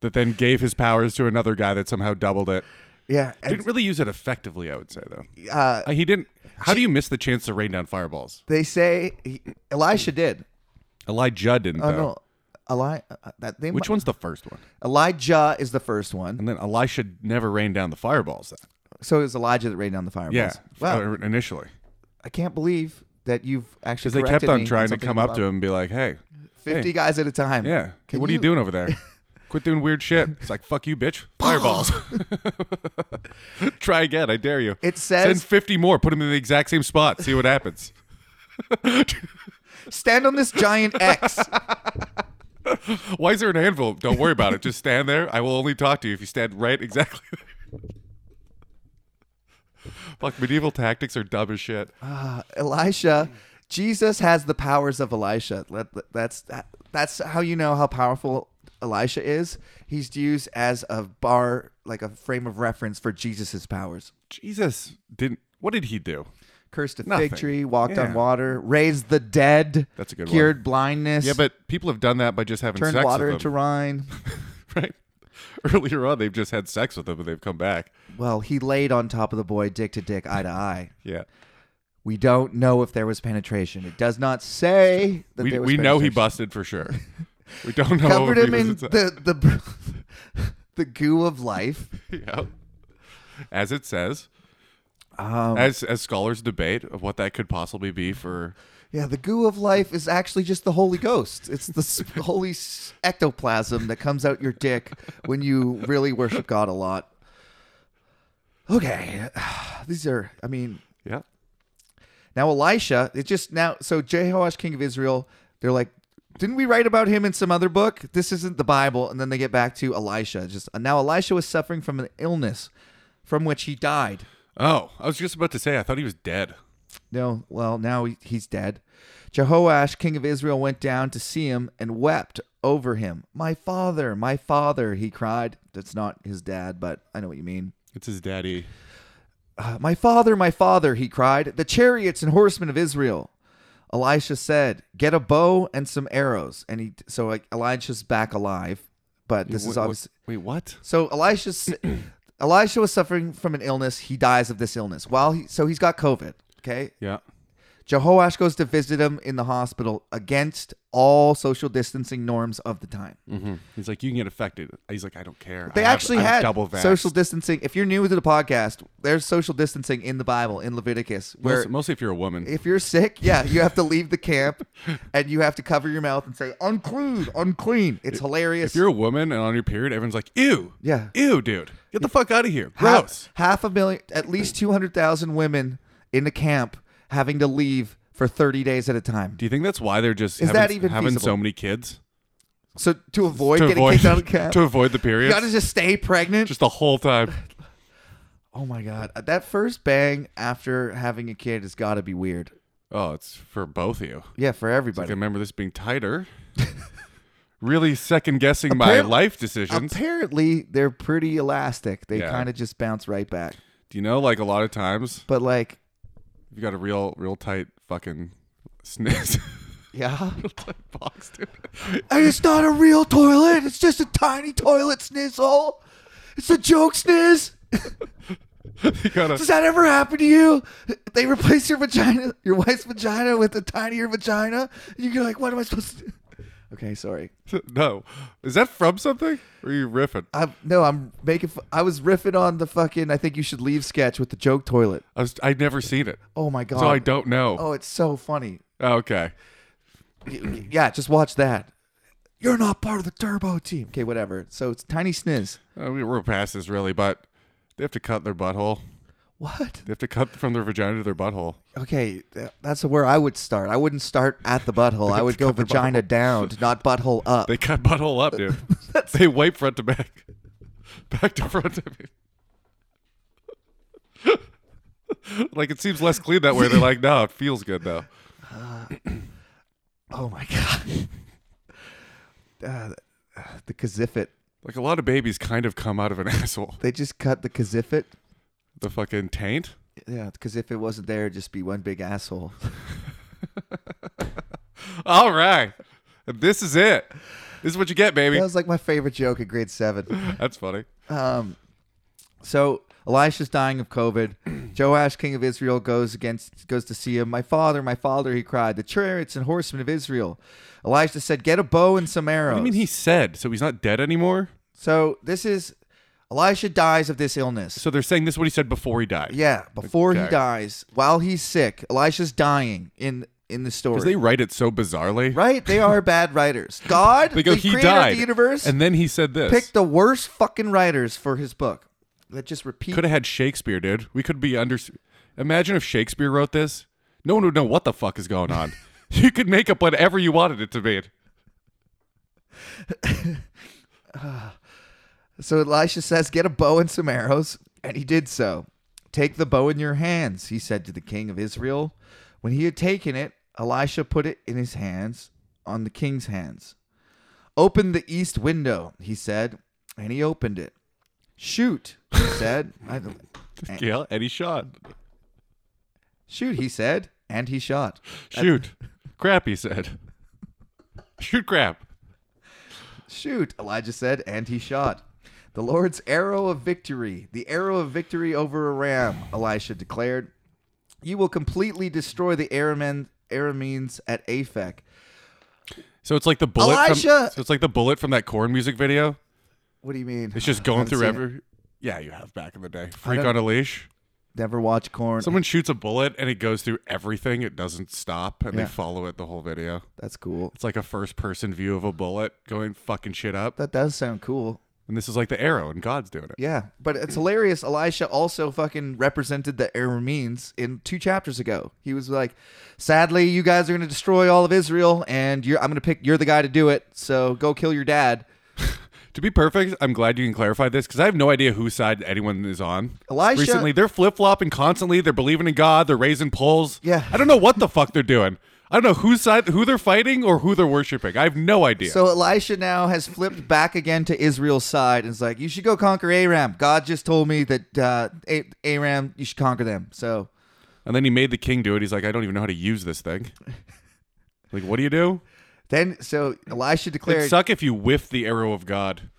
[SPEAKER 2] that then gave his powers to another guy that somehow doubled it.
[SPEAKER 1] yeah, and-
[SPEAKER 2] Didn't really use it effectively, I would say, though.
[SPEAKER 1] uh,
[SPEAKER 2] Uh, He didn't. How do you miss the chance to rain down fireballs?
[SPEAKER 1] they say he, Elisha did.
[SPEAKER 2] Elijah didn't,
[SPEAKER 1] Oh
[SPEAKER 2] though.
[SPEAKER 1] no, Eli uh, that they
[SPEAKER 2] Which one's the first one?
[SPEAKER 1] Elijah is the first one.
[SPEAKER 2] And then Elisha never rained down the fireballs, then.
[SPEAKER 1] So it was Elijah that rained down the fireballs.
[SPEAKER 2] Yeah.
[SPEAKER 1] Wow,
[SPEAKER 2] uh, Initially.
[SPEAKER 1] I can't believe that you've actually
[SPEAKER 2] Because they kept
[SPEAKER 1] corrected me
[SPEAKER 2] on trying to
[SPEAKER 1] something
[SPEAKER 2] come up
[SPEAKER 1] about
[SPEAKER 2] to him and be like, hey,
[SPEAKER 1] fifty
[SPEAKER 2] hey,
[SPEAKER 1] guys at a time.
[SPEAKER 2] Yeah.
[SPEAKER 1] Can
[SPEAKER 2] what are you doing over there? Quit doing weird shit. It's like, fuck you, bitch. Fireballs. Try again. I dare you.
[SPEAKER 1] It
[SPEAKER 2] Send
[SPEAKER 1] says,
[SPEAKER 2] 50 more. Put them in the exact same spot. See what happens.
[SPEAKER 1] "Stand on this giant X."
[SPEAKER 2] Why is there an anvil? Don't worry about it. Just stand there. I will only talk to you if you stand right exactly there. Fuck, medieval tactics are dumb as shit. Ah,
[SPEAKER 1] uh, Elisha, Jesus has the powers of Elisha. Let- let- That's that, that's how you know how powerful Elisha is. He's used as a bar, like a frame of reference for Jesus's powers.
[SPEAKER 2] Jesus didn't. What did he do?
[SPEAKER 1] cursed a
[SPEAKER 2] Nothing.
[SPEAKER 1] fig tree, walked on
[SPEAKER 2] Yeah.
[SPEAKER 1] water, raised the dead.
[SPEAKER 2] That's a good one.
[SPEAKER 1] cured blindness.
[SPEAKER 2] Yeah, but people have done that by just having
[SPEAKER 1] turned
[SPEAKER 2] sex
[SPEAKER 1] water
[SPEAKER 2] with
[SPEAKER 1] into
[SPEAKER 2] them,
[SPEAKER 1] wine.
[SPEAKER 2] right? Earlier on, they've just had sex with them and they've come back.
[SPEAKER 1] Well, he laid on top of the boy, dick to dick, eye to eye.
[SPEAKER 2] Yeah.
[SPEAKER 1] We don't know if there was penetration. It does not say that
[SPEAKER 2] we
[SPEAKER 1] there was.
[SPEAKER 2] we know he
[SPEAKER 1] penetration.
[SPEAKER 2] busted for sure. We don't know.
[SPEAKER 1] covered
[SPEAKER 2] if
[SPEAKER 1] him
[SPEAKER 2] he was
[SPEAKER 1] in
[SPEAKER 2] inside.
[SPEAKER 1] the the the goo of life.
[SPEAKER 2] Yeah. As it says,
[SPEAKER 1] Um,
[SPEAKER 2] as as scholars debate of what that could possibly be for.
[SPEAKER 1] yeah, the goo of life is actually just the Holy Ghost. It's the s- holy s- ectoplasm that comes out your dick when you really worship God a lot. Okay, these are. I mean,
[SPEAKER 2] Yeah.
[SPEAKER 1] now Elisha. It just now. So Jehoash, king of Israel. They're like, didn't we write about him in some other book? This isn't the Bible. And then they get back to Elisha. It's Just now, Elisha was suffering from an illness, from which he died.
[SPEAKER 2] Oh, I was just about to say. I thought he was dead.
[SPEAKER 1] No, well, now he, he's dead. Jehoash, king of Israel, went down to see him and wept over him. My father, my father, he cried. That's not his dad, but I know what you mean.
[SPEAKER 2] It's his daddy.
[SPEAKER 1] Uh, my father, my father, he cried, the chariots and horsemen of Israel. Elisha said, Get a bow and some arrows. And he, so like, Elisha's back alive, but this is
[SPEAKER 2] Wh- wh-
[SPEAKER 1] obviously.
[SPEAKER 2] Wait, what?
[SPEAKER 1] So Elisha's, Elisha was suffering from an illness. He dies of this illness. While he, so he's got COVID. Okay.
[SPEAKER 2] Yeah.
[SPEAKER 1] Jehoash goes to visit him in the hospital against all social distancing norms of the time.
[SPEAKER 2] hmm He's like, you can get affected. He's like, I don't care.
[SPEAKER 1] Mm-hmm. They
[SPEAKER 2] I have-
[SPEAKER 1] actually
[SPEAKER 2] I'm
[SPEAKER 1] had
[SPEAKER 2] double vaxxed.
[SPEAKER 1] social distancing. If you're new to the podcast, there's social distancing in the Bible in Leviticus,
[SPEAKER 2] Most-
[SPEAKER 1] where
[SPEAKER 2] mostly, if you're a woman.
[SPEAKER 1] if you're sick, yeah, you have to leave the camp and you have to cover your mouth and say unclean, unclean. It's hilarious.
[SPEAKER 2] if you're a woman and on your period, everyone's like, ew.
[SPEAKER 1] Yeah.
[SPEAKER 2] Ew, dude. Get the fuck out of here. Gross.
[SPEAKER 1] half, half a million, at least two hundred thousand women in the camp having to leave for thirty days at a time.
[SPEAKER 2] Do you think that's why they're just
[SPEAKER 1] Is
[SPEAKER 2] having,
[SPEAKER 1] that even
[SPEAKER 2] having
[SPEAKER 1] feasible?
[SPEAKER 2] so many kids?
[SPEAKER 1] So to avoid
[SPEAKER 2] to
[SPEAKER 1] getting
[SPEAKER 2] avoid
[SPEAKER 1] kicked out of the camp,
[SPEAKER 2] to avoid the
[SPEAKER 1] you
[SPEAKER 2] period.
[SPEAKER 1] got to just stay pregnant.
[SPEAKER 2] just the whole time.
[SPEAKER 1] Oh my god, that first bang after having a kid has got to be weird.
[SPEAKER 2] Oh, it's for both of you.
[SPEAKER 1] Yeah, for
[SPEAKER 2] I
[SPEAKER 1] everybody.
[SPEAKER 2] remember this being tighter. really second guessing my
[SPEAKER 1] Apparent-
[SPEAKER 2] life decisions.
[SPEAKER 1] Apparently, they're pretty elastic. They
[SPEAKER 2] Yeah.
[SPEAKER 1] kind of just bounce right back.
[SPEAKER 2] Do you know, like a lot of times,
[SPEAKER 1] But like,
[SPEAKER 2] you got a real, real tight fucking sniz.
[SPEAKER 1] yeah,
[SPEAKER 2] real tight box, dude.
[SPEAKER 1] and it's not a real toilet. It's just a tiny toilet snizzle. It's a joke snizz.
[SPEAKER 2] you
[SPEAKER 1] Does
[SPEAKER 2] gotta,
[SPEAKER 1] that ever happen to you? They replace your vagina, your wife's vagina, with a tinier vagina. And you're like, what am I supposed to? do? Okay, sorry.
[SPEAKER 2] no. Is that from something? Or are you riffing?
[SPEAKER 1] I'm, no, I'm making. fu- I was riffing on the fucking. I think you should leave sketch with the joke toilet.
[SPEAKER 2] I was, I'd never seen it.
[SPEAKER 1] Oh my god.
[SPEAKER 2] So I don't know. Oh,
[SPEAKER 1] Oh, it's so funny.
[SPEAKER 2] Okay.
[SPEAKER 1] yeah, just watch that. You're not part of the turbo team. Okay, whatever. So it's tiny sniz.
[SPEAKER 2] Uh, we were past this, really, but they have to cut their butthole.
[SPEAKER 1] What?
[SPEAKER 2] They have to cut from their vagina to their butthole.
[SPEAKER 1] Okay, th- that's where I would start. I wouldn't start at the butthole. I would go vagina down, not butthole up.
[SPEAKER 2] They cut butthole up, dude. they wipe front to back, back to front. I mean. like it seems less clean that way. They're like, no, it feels good though.
[SPEAKER 1] Oh my god. Uh, the kazifit.
[SPEAKER 2] Like a lot of babies kind of come out of an asshole.
[SPEAKER 1] They just cut the kazifit.
[SPEAKER 2] The fucking taint.
[SPEAKER 1] Yeah, because if it wasn't there, it'd just be one big asshole.
[SPEAKER 2] All right, this is it. This is what you get, baby.
[SPEAKER 1] That was like my favorite joke in grade seven.
[SPEAKER 2] That's funny.
[SPEAKER 1] Um, so Elisha's dying of COVID. Joash, king of Israel, goes against goes to see him. My father, my father, he cried. The chariots and horsemen of Israel. Elisha said, "Get a bow and some arrows."
[SPEAKER 2] I mean, he said so. He's not dead anymore.
[SPEAKER 1] so this is Elisha dies of this illness.
[SPEAKER 2] So they're saying this is what he said before he died.
[SPEAKER 1] Yeah, before he
[SPEAKER 2] Okay.
[SPEAKER 1] dies, while he's sick, Elisha's dying in in the
[SPEAKER 2] Because
[SPEAKER 1] story.
[SPEAKER 2] they write it so bizarrely.
[SPEAKER 1] right? They are bad writers. God,
[SPEAKER 2] They go,
[SPEAKER 1] the
[SPEAKER 2] he
[SPEAKER 1] creator
[SPEAKER 2] died.
[SPEAKER 1] of the universe,
[SPEAKER 2] And then he said this.
[SPEAKER 1] picked the worst fucking writers for his book. That just repeat
[SPEAKER 2] Could have had Shakespeare, dude. We could be under. Imagine if Shakespeare wrote this. No one would know what the fuck is going on. you could make up whatever you wanted it to be.
[SPEAKER 1] So Elisha says, Get a bow and some arrows. And he did so. Take the bow in your hands, he said to the king of Israel. When he had taken it, Elisha put it in his hands, on the king's hands. Open the east window, he said. And he opened it. Shoot, he said. I don't-
[SPEAKER 2] Yeah, and he shot.
[SPEAKER 1] Shoot, he said. And he shot.
[SPEAKER 2] Shoot. crap, he said. Shoot crap.
[SPEAKER 1] Shoot, Elijah said, and he shot. The Lord's arrow of victory, the arrow of victory over Aram, Elisha declared. You will completely destroy the Aramen, Arameans at Aphek.
[SPEAKER 2] So it's like the bullet. From,
[SPEAKER 1] Elijah!
[SPEAKER 2] so it's like the bullet from that corn music video.
[SPEAKER 1] What do you mean?
[SPEAKER 2] It's just going
[SPEAKER 1] Haven't
[SPEAKER 2] through
[SPEAKER 1] seen
[SPEAKER 2] every.
[SPEAKER 1] it.
[SPEAKER 2] Yeah, you have back in the day. Freak
[SPEAKER 1] don't-
[SPEAKER 2] on a leash.
[SPEAKER 1] Never watch corn.
[SPEAKER 2] Someone shoots a bullet and it goes through everything. It doesn't stop, and
[SPEAKER 1] Yeah.
[SPEAKER 2] they follow it the whole video.
[SPEAKER 1] That's cool.
[SPEAKER 2] It's like a first-person view of a bullet going fucking shit up.
[SPEAKER 1] That does sound cool.
[SPEAKER 2] And this is like the arrow, and God's doing it.
[SPEAKER 1] Yeah, but it's hilarious. Elisha also fucking represented the Arameans in two chapters ago. He was like, "Sadly, you guys are going to destroy all of Israel, and you're, I'm going to pick. You're the guy to do it. So go kill your dad."
[SPEAKER 2] To be perfect, I'm glad you can clarify this because I have no idea whose side anyone is on.
[SPEAKER 1] Elisha-
[SPEAKER 2] recently, they're flip flopping constantly. They're believing in God. They're raising poles.
[SPEAKER 1] Yeah.
[SPEAKER 2] I don't know what the fuck they're doing. I don't know whose side, who they're fighting, or who they're worshiping. I have no idea.
[SPEAKER 1] So Elisha now has flipped back again to Israel's side and is like, "You should go conquer Aram. God just told me that uh, A- Aram, you should conquer them." So
[SPEAKER 2] and then he made the king do it. He's like, I don't even know how to use this thing. like, what do you do?
[SPEAKER 1] then, so Elisha
[SPEAKER 2] It'd
[SPEAKER 1] declared,
[SPEAKER 2] suck if you whiff the arrow of God.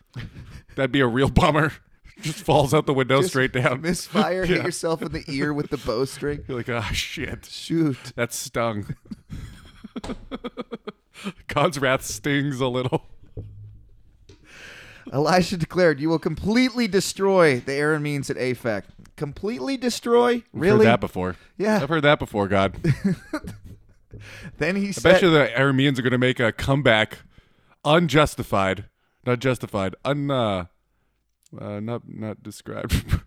[SPEAKER 2] That'd be a real bummer. Just falls out the window
[SPEAKER 1] Just
[SPEAKER 2] straight down.
[SPEAKER 1] "Misfire,
[SPEAKER 2] Yeah.
[SPEAKER 1] hit yourself in the ear with the bowstring."
[SPEAKER 2] You're like, ah, shit.
[SPEAKER 1] Shoot.
[SPEAKER 2] That stung. God's wrath stings a little.
[SPEAKER 1] Elisha declared, "You will completely destroy the Arameans at Aphek. Completely destroy? Really?
[SPEAKER 2] Heard that before.
[SPEAKER 1] Yeah.
[SPEAKER 2] I've heard that before, God. I
[SPEAKER 1] Then he
[SPEAKER 2] bet
[SPEAKER 1] said,
[SPEAKER 2] you the Arameans are going to make a comeback unjustified. Not justified. Un, uh, uh, not, not described.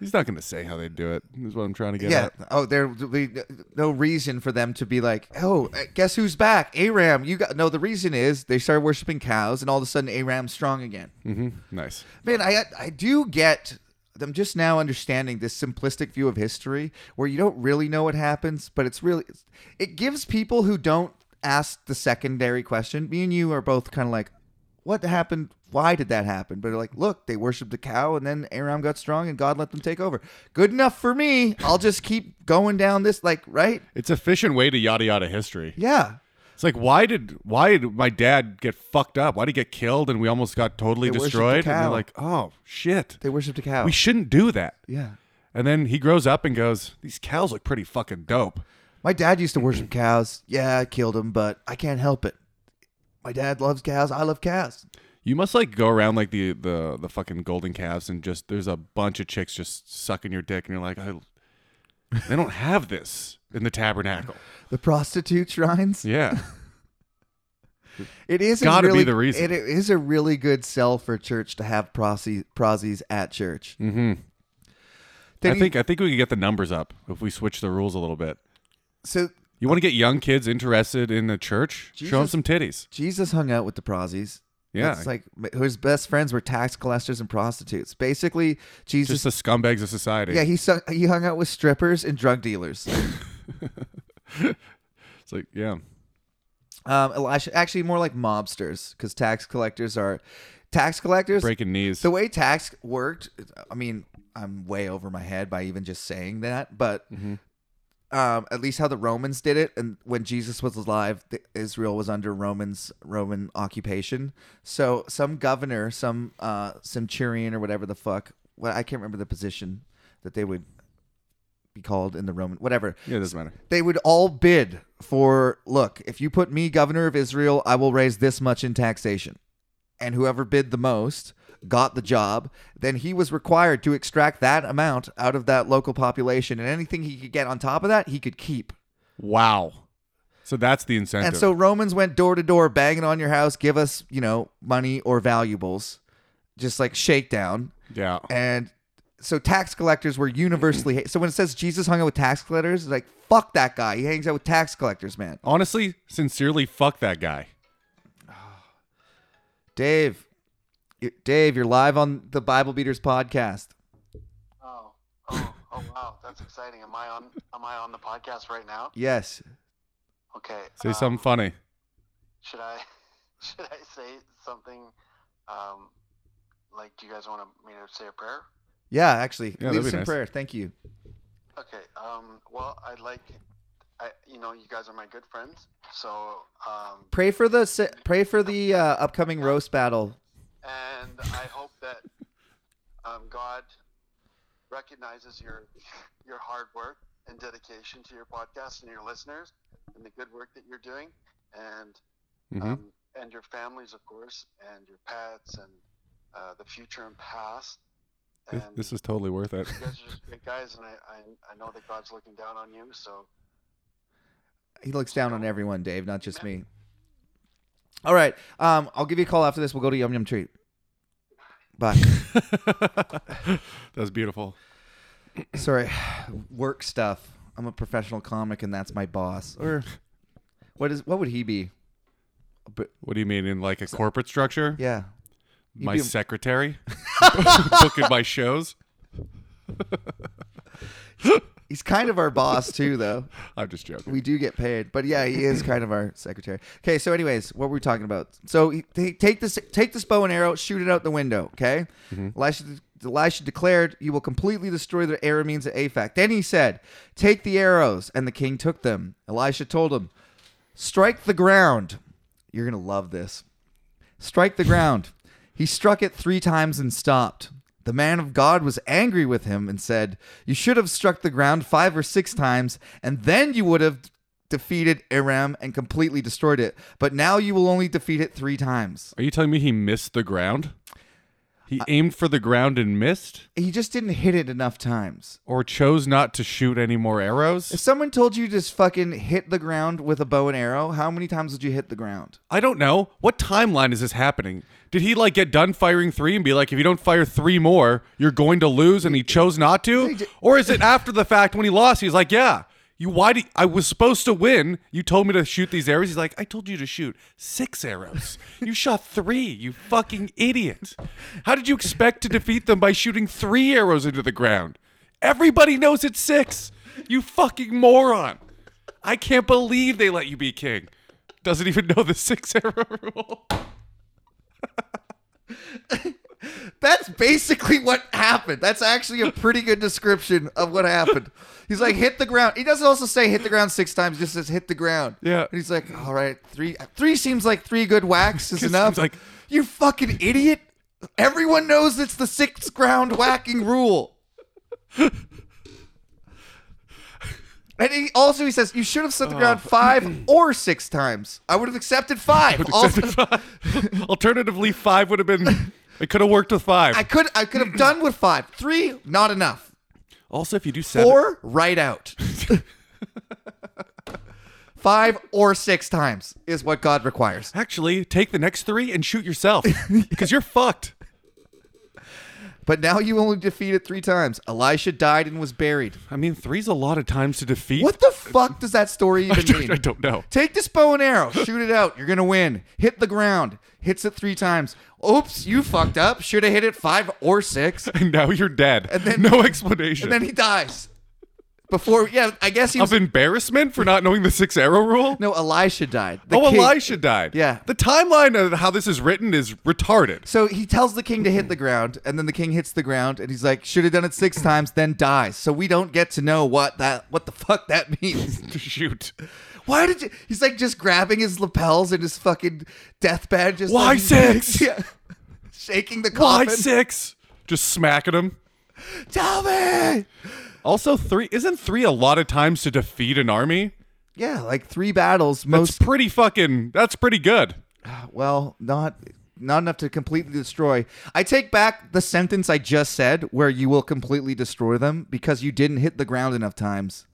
[SPEAKER 2] He's not going to say how they do it, is what I'm trying to get
[SPEAKER 1] "Yeah,
[SPEAKER 2] at.
[SPEAKER 1] oh, there will be no reason for them to be like, oh, guess who's back? Aram. You got no. The reason is they started worshiping cows, and all of a sudden, Aram's strong again.
[SPEAKER 2] hmm Nice.
[SPEAKER 1] Man, I I do get. I'm just now understanding this simplistic view of history where you don't really know what happens, but it's really it gives people who don't ask the secondary question. Me and you are both kind of like, what happened? Why did that happen? But they're like, look, they worshipped a cow, and then Aram got strong, and God let them take over. Good enough for me. I'll just keep going down this, like, right?
[SPEAKER 2] It's efficient way to yada yada history.
[SPEAKER 1] Yeah.
[SPEAKER 2] It's like why did why did my dad get fucked up? Why did he get killed and we almost got totally
[SPEAKER 1] They worshipped a
[SPEAKER 2] destroyed? And
[SPEAKER 1] cow.
[SPEAKER 2] they're like, oh shit,
[SPEAKER 1] They worshipped a cow.
[SPEAKER 2] we shouldn't do that.
[SPEAKER 1] yeah.
[SPEAKER 2] And then he grows up and goes, these cows look pretty fucking dope.
[SPEAKER 1] My dad used to worship cows. Yeah, I killed him, but I can't help it. My dad loves cows. I love cows.
[SPEAKER 2] You must like go around like the the the fucking golden calves and just there's a bunch of chicks just sucking your dick and you're like, I, they don't have this in the tabernacle.
[SPEAKER 1] The prostitute shrines.
[SPEAKER 2] Yeah,
[SPEAKER 1] It is a
[SPEAKER 2] Gotta be
[SPEAKER 1] really-
[SPEAKER 2] the reason.
[SPEAKER 1] It is a really good sell for church to have prosy, prosies at church.
[SPEAKER 2] hmm
[SPEAKER 1] Then
[SPEAKER 2] I
[SPEAKER 1] you-
[SPEAKER 2] think I think we could get the numbers up if we switch the rules a little bit.
[SPEAKER 1] so.
[SPEAKER 2] You want to get young kids interested in the church? Show them
[SPEAKER 1] Jesus-
[SPEAKER 2] some titties.
[SPEAKER 1] Jesus hung out with the prosies.
[SPEAKER 2] Yeah.
[SPEAKER 1] it's like his best friends were tax collectors and prostitutes. Basically, Jesus.
[SPEAKER 2] just the scumbags of society.
[SPEAKER 1] yeah, he su- he hung out with strippers and drug dealers.
[SPEAKER 2] It's like, yeah.
[SPEAKER 1] um, Elisha, actually, more like mobsters because tax collectors are tax collectors.
[SPEAKER 2] Breaking knees.
[SPEAKER 1] The way tax worked, I mean, I'm way over my head by even just saying that, but um, at least how the Romans did it, and when Jesus was alive, the, Israel was under Romans Roman occupation. So some governor, some uh, centurion or whatever the fuck, well, I can't remember the position that they would be called in the Roman, whatever
[SPEAKER 2] yeah, it doesn't matter.
[SPEAKER 1] they would all bid for look if you put me governor of israel i will raise this much in taxation and whoever bid the most got the job then he was required to extract that amount out of that local population and anything he could get on top of that he could keep
[SPEAKER 2] Wow. So that's the incentive.
[SPEAKER 1] and so romans went door to door banging on your house give us you know money or valuables just like shakedown
[SPEAKER 2] yeah.
[SPEAKER 1] and so tax collectors were universally hate. so when it says jesus hung out with tax collectors it's like fuck that guy he hangs out with tax collectors man
[SPEAKER 2] Honestly, sincerely, fuck that guy.
[SPEAKER 1] Dave, you- Dave, you're live on the Bible Beaters podcast.
[SPEAKER 3] Oh, oh, oh! Wow, that's exciting. Am I on? Am I on the podcast right now?
[SPEAKER 1] Yes.
[SPEAKER 3] Okay.
[SPEAKER 1] Ah.
[SPEAKER 2] Say
[SPEAKER 3] um,
[SPEAKER 2] something funny.
[SPEAKER 3] Should I? Should I say something? Um, like, do you guys want to, me to say a prayer?
[SPEAKER 1] Yeah, actually.
[SPEAKER 2] Yeah,
[SPEAKER 1] Lead
[SPEAKER 2] that'd
[SPEAKER 1] us
[SPEAKER 2] be
[SPEAKER 1] in
[SPEAKER 2] nice.
[SPEAKER 1] prayer. Thank you.
[SPEAKER 3] Okay. Um. Well, I'd like, I, you know, you guys are my good friends. So, um,
[SPEAKER 1] Pray for the si- pray for the uh, upcoming roast battle.
[SPEAKER 3] and I hope that, um, God recognizes your, your hard work and dedication to your podcast and your listeners and the good work that you're doing, and
[SPEAKER 2] Mhm.
[SPEAKER 3] um, and your families, of course, and your pets, and uh, the future and past. And
[SPEAKER 2] This, this is totally worth it.
[SPEAKER 3] you guys are just great guys, and I, I, I know that God's looking down on you. So
[SPEAKER 1] He looks down on everyone, Dave, not just me. All right. Um, I'll give you a call after this. We'll go to Yum Yum Treat. Bye.
[SPEAKER 2] that was beautiful.
[SPEAKER 1] Sorry, work stuff. I'm a professional comic, and that's my boss. Or what is what would he be? But
[SPEAKER 2] What do you mean in like a corporate structure?
[SPEAKER 1] yeah, You'd
[SPEAKER 2] my
[SPEAKER 1] be a-
[SPEAKER 2] secretary booking my shows.
[SPEAKER 1] he's kind of our boss too, though.
[SPEAKER 2] I'm just joking.
[SPEAKER 1] We do get paid, but yeah, he is kind of our secretary. Okay, so anyways, what were we talking about? So he- t- take this, take this bow and arrow, shoot it out the window. Okay, Elisha, Elisha declared, "You will completely destroy the Arameans at Aphek." Then he said, "Take the arrows," and the king took them. Elisha told him, "Strike the ground." You're gonna love this. Strike the ground. He struck it three times and stopped. The man of God was angry with him and said, You should have struck the ground five or six times, and then you would have defeated Aram and completely destroyed it. But now you will only defeat it three times.
[SPEAKER 2] Are you telling me he missed the ground? He aimed for the ground and missed,
[SPEAKER 1] He just didn't hit it enough times.
[SPEAKER 2] or chose not to shoot any more
[SPEAKER 1] If
[SPEAKER 2] arrows?
[SPEAKER 1] someone told you to just fucking hit the ground with a bow and arrow, how many times would you hit the ground?
[SPEAKER 2] I don't know. What timeline is this happening? Did he like get done firing three and be like, if you don't fire three more, you're going to lose, and he chose not to? Or is it after the fact when he lost? He's like, yeah. You why did I was supposed to win? You told me to shoot these arrows. He's like, I told you to shoot six arrows. You shot three. You fucking idiot! How did you expect to defeat them by shooting three arrows into the ground? Everybody knows it's six. You fucking moron! I can't believe they let you be king. Doesn't even know the six arrow rule.
[SPEAKER 1] That's basically what happened. That's actually a pretty good description of what happened. He's like, hit the ground. He doesn't also say hit the ground six times, just says hit the ground.
[SPEAKER 2] Yeah.
[SPEAKER 1] And he's like, all right, three three seems like three good whacks is enough.
[SPEAKER 2] seems like-
[SPEAKER 1] you fucking idiot. Everyone knows it's the sixth ground whacking rule. And he also he says you should have set the ground five or six times. Oh. I would have accepted five. Also-
[SPEAKER 2] Alternatively, five would have been. It could have worked with five.
[SPEAKER 1] I could I could have done with five. Three, not enough.
[SPEAKER 2] also, if you do seven,
[SPEAKER 1] Four, right out. Five or six times is what God requires.
[SPEAKER 2] actually, take the next three and shoot yourself because you're fucked.
[SPEAKER 1] But now you only defeat it three times. Elisha died and was buried.
[SPEAKER 2] I mean, three's a lot of times to defeat.
[SPEAKER 1] What the fuck does that story
[SPEAKER 2] I
[SPEAKER 1] even
[SPEAKER 2] don't, I
[SPEAKER 1] mean?
[SPEAKER 2] don't know.
[SPEAKER 1] Take this bow and arrow, shoot it out. You're gonna win. Hit the ground. Hits it three times. Oops, you fucked up. Should have hit it five or six.
[SPEAKER 2] And now you're dead. And
[SPEAKER 1] then-
[SPEAKER 2] no explanation.
[SPEAKER 1] And then he dies. Before, yeah, I guess he was.
[SPEAKER 2] of embarrassment for not knowing the six arrow rule.
[SPEAKER 1] No, Elisha died. The
[SPEAKER 2] oh,
[SPEAKER 1] king-
[SPEAKER 2] Elisha died.
[SPEAKER 1] Yeah.
[SPEAKER 2] The timeline of how this is written is retarded.
[SPEAKER 1] So he tells the king to hit the ground, and then the king hits the ground, and he's like, "Should have done it six times, then dies." So we don't get to know what that, what the fuck that means.
[SPEAKER 2] Shoot.
[SPEAKER 1] Why did you? He's like just grabbing his lapels and his fucking deathbed. Just
[SPEAKER 2] Why
[SPEAKER 1] like-
[SPEAKER 2] six?
[SPEAKER 1] Yeah, shaking the
[SPEAKER 2] Why
[SPEAKER 1] coffin.
[SPEAKER 2] six? Just smacking him.
[SPEAKER 1] Tell me.
[SPEAKER 2] Also, three isn't three a lot of times to defeat an army?
[SPEAKER 1] Yeah, like three battles.
[SPEAKER 2] That's
[SPEAKER 1] Most
[SPEAKER 2] pretty fucking. That's pretty good.
[SPEAKER 1] well, not not enough to completely destroy. I take back the sentence I just said, where you will completely destroy them because you didn't hit the ground enough times.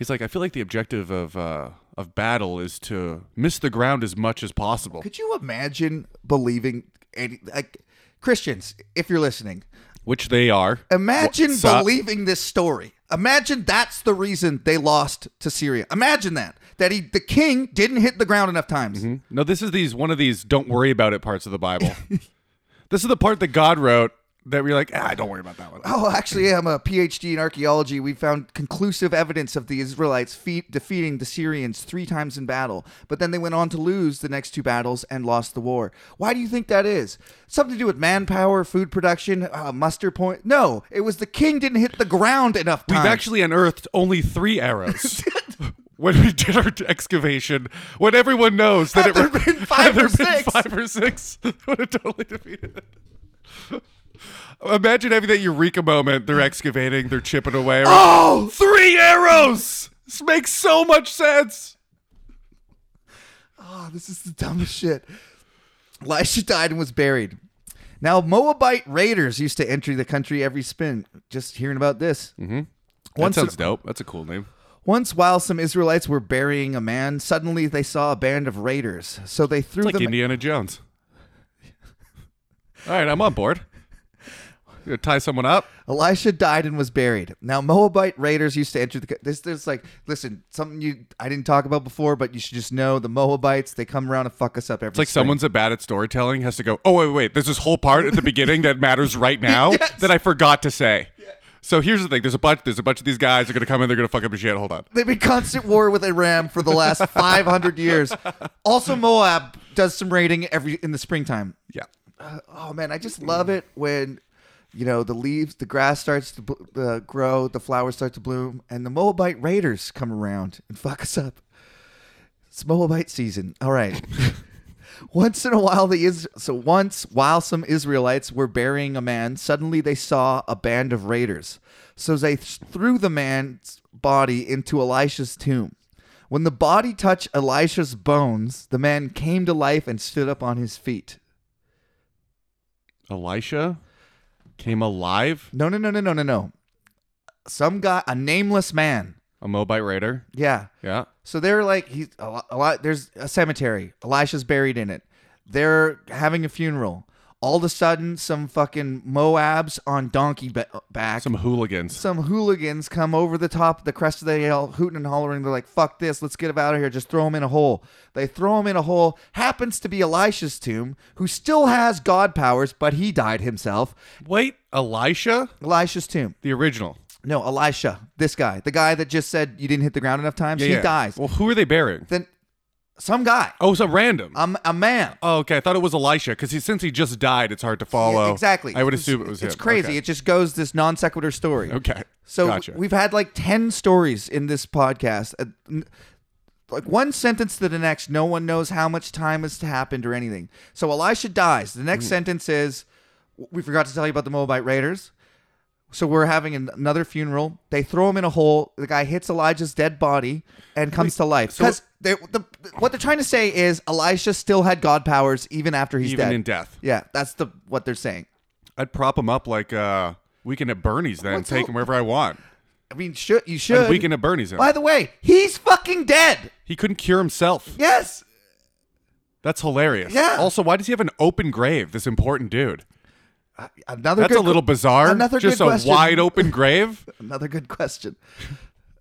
[SPEAKER 2] He's like, I feel like the objective of uh, of battle is to miss the ground as much as possible.
[SPEAKER 1] Could you imagine believing any like Christians, if you're listening,
[SPEAKER 2] Which they are.
[SPEAKER 1] imagine
[SPEAKER 2] What's up?
[SPEAKER 1] believing this story. Imagine that's the reason they lost to Syria. Imagine that that he the king didn't hit the ground enough times.
[SPEAKER 2] No, this is these one of these "don't worry about it" parts of the Bible. this is the part that God wrote that we're like, ah, don't worry about that one.
[SPEAKER 1] Oh, actually, I'm a PhD in archaeology. We found conclusive evidence of the Israelites fe- defeating the Syrians three times in battle, but then they went on to lose the next two battles and lost the war. Why do you think that is? Something to do with manpower, food production, uh, muster point? No, it was the king didn't hit the ground enough
[SPEAKER 2] We've
[SPEAKER 1] times.
[SPEAKER 2] actually unearthed only three arrows. When we did our excavation, when everyone knows that
[SPEAKER 1] Had
[SPEAKER 2] it
[SPEAKER 1] there been five
[SPEAKER 2] had there
[SPEAKER 1] or
[SPEAKER 2] been
[SPEAKER 1] six?
[SPEAKER 2] five or six, it would have totally defeated it. Imagine having that eureka moment. They're excavating, they're chipping away.
[SPEAKER 1] Oh!
[SPEAKER 2] Three arrows! This makes so much sense.
[SPEAKER 1] Oh, this is the dumbest shit. Elisha died and was buried. Now, Moabite raiders used to enter the country every spin. Just hearing about this. Mm-hmm.
[SPEAKER 2] That sounds dope. That's a cool name.
[SPEAKER 1] Once, while some Israelites were burying a man, suddenly they saw a band of raiders. So they threw
[SPEAKER 2] It's like
[SPEAKER 1] them.
[SPEAKER 2] Indiana Jones. All right, I'm on board. You tie someone up.
[SPEAKER 1] Elisha died and was buried. Now Moabite raiders used to enter the. co- This there's like listen something you I didn't talk about before, but you should just know the Moabites they come around and fuck us up every.
[SPEAKER 2] It's like someone's bad at storytelling has to go. Oh wait, wait, wait. There's this whole part at the beginning that matters right now that I forgot to say. So here's the thing. There's a bunch. There's a bunch of these guys are gonna come in. They're gonna fuck up your shit. Hold on.
[SPEAKER 1] They've been constant war with Aram for the last 500 years. Also, Moab does some raiding every in the springtime.
[SPEAKER 2] Yeah.
[SPEAKER 1] Uh, oh man, I just love it when you know the leaves, the grass starts to bl- uh, grow, the flowers start to bloom, and the Moabite raiders come around and fuck us up. It's Moabite season. All right. once in a while, the is so once while some Israelites were burying a man, suddenly they saw a band of raiders. So they th- threw the man's body into Elisha's tomb. When the body touched Elisha's bones, the man came to life and stood up on his feet.
[SPEAKER 2] Elisha came alive.
[SPEAKER 1] No, no, no, no, no, no, no. Some guy, a nameless man.
[SPEAKER 2] A Moabite raider.
[SPEAKER 1] Yeah.
[SPEAKER 2] Yeah.
[SPEAKER 1] So they're like, he's a lot, a lot. There's a cemetery. Elisha's buried in it. They're having a funeral. All of a sudden, some fucking Moabs on donkey ba- back,
[SPEAKER 2] Some hooligans.
[SPEAKER 1] some hooligans come over the top, the crest of the hill, hooting and hollering. They're like, fuck this, let's get him out of here. Just throw him in a hole. They throw him in a hole. Happens to be Elisha's tomb, who still has God powers, but he died himself.
[SPEAKER 2] Wait, Elisha,
[SPEAKER 1] Elisha's tomb.
[SPEAKER 2] the original.
[SPEAKER 1] No, Elisha, this guy, the guy that just said you didn't hit the ground enough times,
[SPEAKER 2] Yeah,
[SPEAKER 1] he
[SPEAKER 2] yeah.
[SPEAKER 1] dies.
[SPEAKER 2] Well, who are they burying?
[SPEAKER 1] then some guy,
[SPEAKER 2] Oh, so random.
[SPEAKER 1] um, a man.
[SPEAKER 2] Oh, okay. I thought it was Elisha because he, since he just died, it's hard to follow.
[SPEAKER 1] Yeah, exactly.
[SPEAKER 2] I would
[SPEAKER 1] It's-
[SPEAKER 2] assume it was
[SPEAKER 1] It's
[SPEAKER 2] him.
[SPEAKER 1] crazy.
[SPEAKER 2] Okay.
[SPEAKER 1] It just goes this non sequitur story.
[SPEAKER 2] okay.
[SPEAKER 1] So
[SPEAKER 2] gotcha.
[SPEAKER 1] we've had like 10 stories in this podcast. Uh, n- Like one sentence to the next, no one knows how much time has happened or anything. So Elisha dies. The
[SPEAKER 2] Mm-hmm.
[SPEAKER 1] next sentence is We forgot to tell you about the Moabite Raiders. So we're having an- another funeral. They throw him in a hole. The guy hits Elijah's dead body and comes to life.
[SPEAKER 2] so-
[SPEAKER 1] Because the, what they're trying to say is Elisha still had God powers even after he's
[SPEAKER 2] even
[SPEAKER 1] dead.
[SPEAKER 2] in death,
[SPEAKER 1] yeah, that's the what they're saying.
[SPEAKER 2] I'd prop him up like uh, weekend at Bernie's. Then
[SPEAKER 1] What's
[SPEAKER 2] take
[SPEAKER 1] up?
[SPEAKER 2] him wherever I want.
[SPEAKER 1] I mean, should you should
[SPEAKER 2] And weekend at Bernie's. Him.
[SPEAKER 1] By the way, he's fucking dead.
[SPEAKER 2] He couldn't cure himself.
[SPEAKER 1] Yes.
[SPEAKER 2] That's hilarious.
[SPEAKER 1] Yeah.
[SPEAKER 2] Also, why does he have an open grave? This important dude.
[SPEAKER 1] Another
[SPEAKER 2] That's
[SPEAKER 1] good
[SPEAKER 2] a little
[SPEAKER 1] que-
[SPEAKER 2] bizarre.
[SPEAKER 1] Another
[SPEAKER 2] just
[SPEAKER 1] good
[SPEAKER 2] a
[SPEAKER 1] question.
[SPEAKER 2] wide open grave.
[SPEAKER 1] Another good question.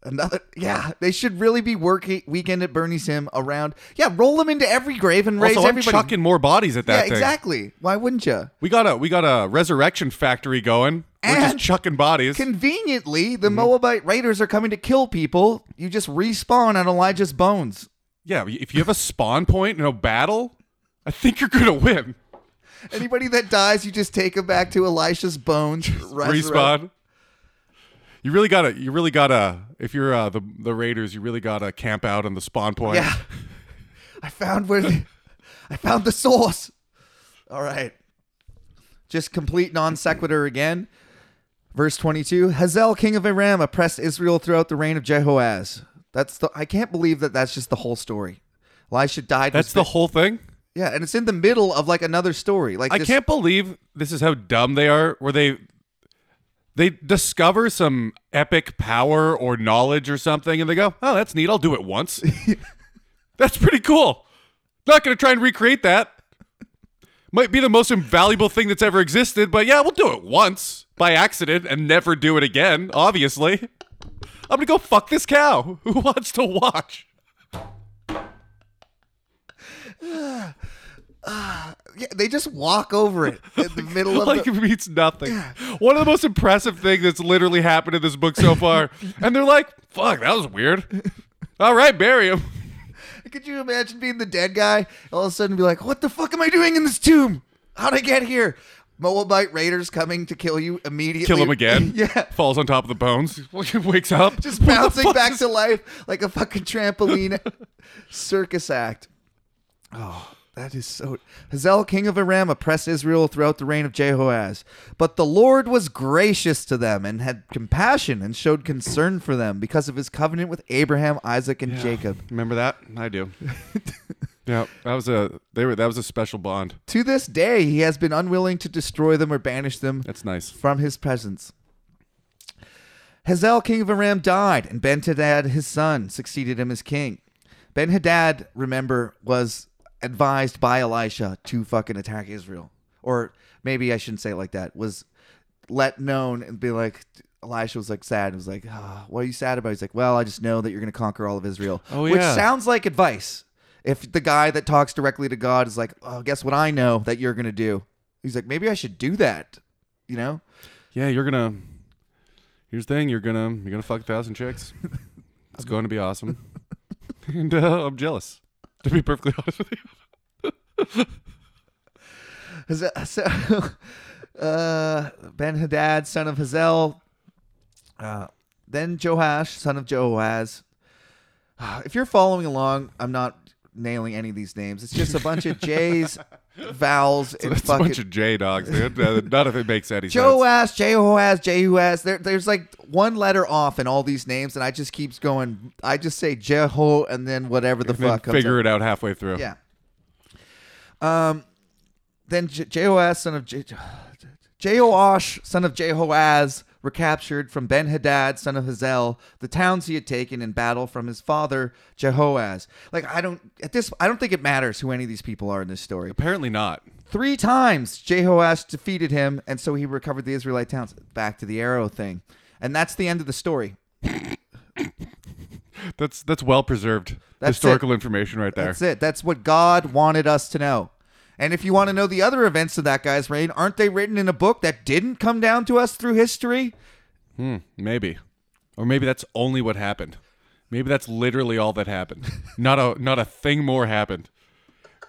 [SPEAKER 1] Another yeah, they should really be working weekend at Bernie's him around. Yeah, roll him into every grave and raise
[SPEAKER 2] also, I'm
[SPEAKER 1] everybody.
[SPEAKER 2] chucking more bodies at that
[SPEAKER 1] yeah,
[SPEAKER 2] thing.
[SPEAKER 1] exactly. Why wouldn't you?
[SPEAKER 2] We got a we got a resurrection factory going. We're
[SPEAKER 1] And-
[SPEAKER 2] just chucking bodies.
[SPEAKER 1] Conveniently,
[SPEAKER 2] Mm-hmm.
[SPEAKER 1] the Moabite raiders are coming to kill people. You just respawn on Elijah's bones.
[SPEAKER 2] yeah, if you have a spawn point in a battle, I think you're gonna win.
[SPEAKER 1] Anybody that dies, you just take them back to Elisha's bones. resurrect-
[SPEAKER 2] Respawn. You really gotta. You really gotta. If you're uh, the the Raiders, you really gotta camp out on the spawn point.
[SPEAKER 1] Yeah. I found where the, I found the source. All right. Just complete non sequitur again. Verse 22 Hazael, king of Aram, oppressed Israel throughout the reign of Jehoaz. That's the, I can't believe that that's just the whole story. Elisha died.
[SPEAKER 2] That's the whole thing.
[SPEAKER 1] yeah, and it's in the middle of like another story. Like
[SPEAKER 2] I
[SPEAKER 1] this-
[SPEAKER 2] can't believe this is how dumb they are. Where they they discover some epic power or knowledge or something, and they go, "Oh, that's neat. I'll do it once. that's pretty cool. Not gonna try and recreate that. Might be the most invaluable thing that's ever existed, but yeah, we'll do it once by accident and never do it again. Obviously, I'm gonna go fuck this cow. Who wants to watch?
[SPEAKER 1] Yeah, they just walk over it in the middle of
[SPEAKER 2] like
[SPEAKER 1] the,
[SPEAKER 2] it means nothing. One of the most impressive things that's literally happened in this book so far. and they're like, fuck, that was weird. All right, bury him.
[SPEAKER 1] Could you imagine being the dead guy? All of a sudden, be like, "What the fuck am I doing in this tomb? How'd I get here?" Moabite raiders coming to kill you immediately.
[SPEAKER 2] Kill him again.
[SPEAKER 1] yeah,
[SPEAKER 2] Falls on top of the bones. Wakes up.
[SPEAKER 1] just
[SPEAKER 2] What the
[SPEAKER 1] bouncing
[SPEAKER 2] fuck
[SPEAKER 1] back
[SPEAKER 2] is-
[SPEAKER 1] to life like a fucking trampoline circus act. Oh, that is so. Hazael, king of Aram, oppressed Israel throughout the reign of Jehoaz. But the Lord was gracious to them and had compassion and showed concern for them because of his covenant with Abraham, Isaac, and Jacob.
[SPEAKER 2] Remember that? I do. yeah, that was a they were that was a special bond.
[SPEAKER 1] To this day, he has been unwilling to destroy them or banish them
[SPEAKER 2] That's nice.
[SPEAKER 1] from his presence. Hazael, king of Aram, died, and Ben Hadad, his son, succeeded him as king. Ben Hadad, remember, was advised by Elisha to fucking attack Israel. Or maybe I shouldn't say it like that. Was let known and be like, Elisha was like sad. and was like, ah, what are you sad about? He's like, well, I just know that you're going to conquer all of Israel.
[SPEAKER 2] Oh,
[SPEAKER 1] Which
[SPEAKER 2] yeah.
[SPEAKER 1] sounds like advice. If the guy that talks directly to God is like, oh, guess what I know that you're going to do? He's like, maybe I should do that. You know?
[SPEAKER 2] Yeah, you're gonna. Here's the thing: you're gonna you're gonna fuck a thousand chicks. It's going to be awesome, and uh, I'm jealous. To be perfectly honest with you,
[SPEAKER 1] Is that- So, uh, Ben Hadad, son of Hazel. Uh, then Joash, son of Joaz. If you're following along, I'm not nailing any of these names. It's just a bunch of J's, vowels, and
[SPEAKER 2] that's a
[SPEAKER 1] fucking
[SPEAKER 2] bunch of J dogs, dude. Uh, None of it makes any sense.
[SPEAKER 1] Joash, Jehoaz, Jehuaz. There, there's like one letter off in all these names, and I just keeps going. I just say Jeho, and then whatever the
[SPEAKER 2] And then
[SPEAKER 1] fuck. comes
[SPEAKER 2] figure
[SPEAKER 1] up.
[SPEAKER 2] it out halfway through.
[SPEAKER 1] Yeah. Um, then J- Jehoaz, son of J- Jehoash, son of Jehoaz, recaptured from Ben Hadad, son of Hazel, the towns he had taken in battle from his father Jehoaz. Like I don't at this, I don't think it matters who any of these people are in this story.
[SPEAKER 2] Apparently not.
[SPEAKER 1] Three times Jehoash defeated him, and so he recovered the Israelite towns. Back to the arrow thing, and that's the end of the story.
[SPEAKER 2] That's that's well preserved
[SPEAKER 1] That's
[SPEAKER 2] historical information right there.
[SPEAKER 1] That's it. That's what God wanted us to know. And if you want to know the other events of that guy's reign, aren't they written in a book that didn't come down to us through history?
[SPEAKER 2] Hmm, maybe, or maybe that's only what happened. Maybe that's literally all that happened. not a not a thing more happened.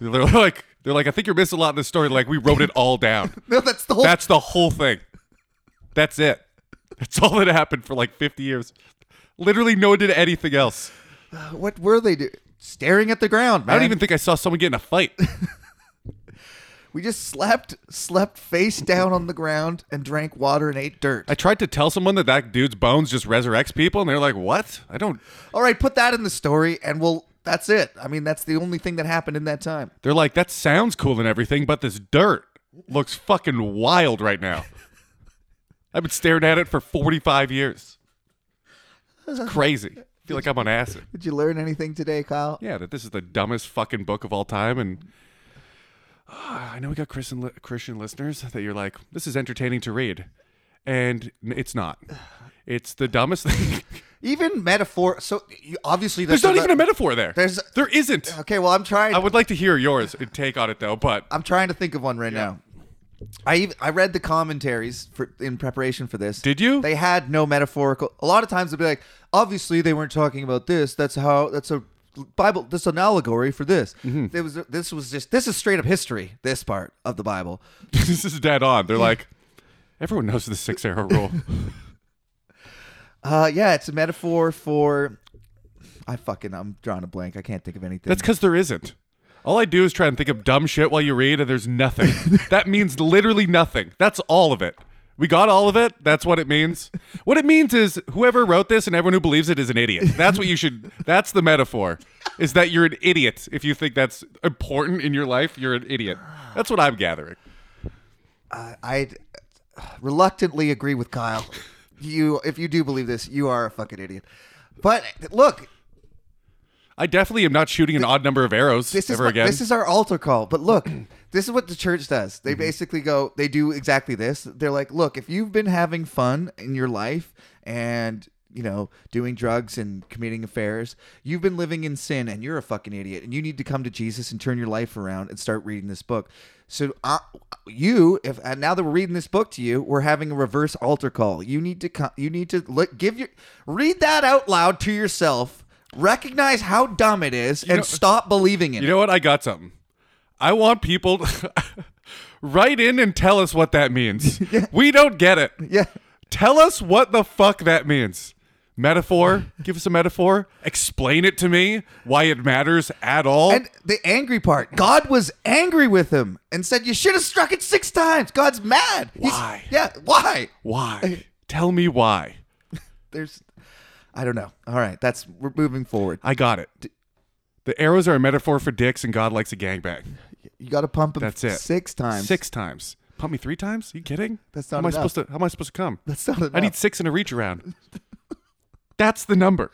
[SPEAKER 2] They're like they're like I think you're missing a lot in this story. Like we wrote it all down.
[SPEAKER 1] No, that's the whole.
[SPEAKER 2] That's the whole thing. That's it. That's all that happened for like 50 years. Literally, no one did anything else.
[SPEAKER 1] what were they do? Staring at the ground, man.
[SPEAKER 2] I don't even think I saw someone get in a fight.
[SPEAKER 1] We just slept, slept face down on the ground, and drank water and ate dirt.
[SPEAKER 2] I tried to tell someone that that dude's bones just resurrects people, and they're like, "What? I don't."
[SPEAKER 1] All right, put that in the story, and we'll. That's it. I mean, that's the only thing that happened in that time.
[SPEAKER 2] They're like, "That sounds cool and everything, but this dirt looks fucking wild right now." I've been staring at it for 45 years. It's crazy. I feel like I'm on acid.
[SPEAKER 1] Did you learn anything today, Kyle?
[SPEAKER 2] Yeah, that this is the dumbest fucking book of all time, and Ah, I know we got Christian li- Christian listeners that you're like, this is entertaining to read, and n- it's not. It's the dumbest thing.
[SPEAKER 1] Even metaphor. So you, obviously,
[SPEAKER 2] There's not even a metaphor there.
[SPEAKER 1] There's-
[SPEAKER 2] there isn't.
[SPEAKER 1] Okay, well, I'm trying.
[SPEAKER 2] I would like to hear yours and take on it though, but
[SPEAKER 1] I'm trying to think of one right now. I even, I read the commentaries for in preparation for this.
[SPEAKER 2] did you?
[SPEAKER 1] They had no metaphorical. A lot of times they'd be like, obviously they weren't talking about this. That's how. That's a Bible. That's an allegory for this.
[SPEAKER 2] Mm-hmm.
[SPEAKER 1] There was this was just this is straight up history. This part of the Bible.
[SPEAKER 2] this is dead on. They're like, everyone knows the six arrow rule.
[SPEAKER 1] Uh, yeah, it's a metaphor for. I fucking I'm drawing a blank. I can't think of anything.
[SPEAKER 2] That's because there isn't. All I do is try and think of dumb shit while you read, and there's nothing. that means literally nothing. That's all of it. We got all of it. That's what it means. What it means is whoever wrote this and everyone who believes it is an idiot. That's what you should. That's the metaphor. Is that you're an idiot if you think that's important in your life? You're an idiot. That's what I'm gathering.
[SPEAKER 1] I Uh, reluctantly agree with Kyle. You, if you do believe this, you are a fucking idiot. But look,
[SPEAKER 2] I definitely am not shooting an odd number of arrows
[SPEAKER 1] this is
[SPEAKER 2] ever
[SPEAKER 1] what-
[SPEAKER 2] again.
[SPEAKER 1] this is our altar call. But look, this is what the church does.
[SPEAKER 2] Mm-hmm.
[SPEAKER 1] They basically go, they do exactly this. They're like, look, if you've been having fun in your life and you know doing drugs and committing affairs, you've been living in sin, and you're a fucking idiot, and you need to come to Jesus and turn your life around and start reading this book. So uh, you, if and now that we're reading this book to you, we're having a reverse altar call. You need to come. You need to look. Give your read that out loud to yourself. Recognize how dumb it is and
[SPEAKER 2] know-
[SPEAKER 1] stop believing in it.
[SPEAKER 2] You know what? I got something. I want people to write in and tell us what that means. We don't get it.
[SPEAKER 1] Yeah.
[SPEAKER 2] Tell us what the fuck that means. Metaphor. Give us a metaphor. Explain it to me. Why it matters at all.
[SPEAKER 1] And the angry part. God was angry with him and said, You should have struck it six times. God's mad. He's-
[SPEAKER 2] Why?
[SPEAKER 1] yeah, why?
[SPEAKER 2] why? Tell me why.
[SPEAKER 1] There's I don't know. All right, that's we're moving forward.
[SPEAKER 2] I got it. The arrows are a metaphor for dicks, and God likes a gangbang.
[SPEAKER 1] You gotta pump him
[SPEAKER 2] That's it.
[SPEAKER 1] six times.
[SPEAKER 2] Six times. Pump me three times? you kidding?
[SPEAKER 1] That's
[SPEAKER 2] how
[SPEAKER 1] not
[SPEAKER 2] am I
[SPEAKER 1] enough.
[SPEAKER 2] supposed to? How am I supposed to come?
[SPEAKER 1] That's not enough.
[SPEAKER 2] I need six in a reach around. That's the number.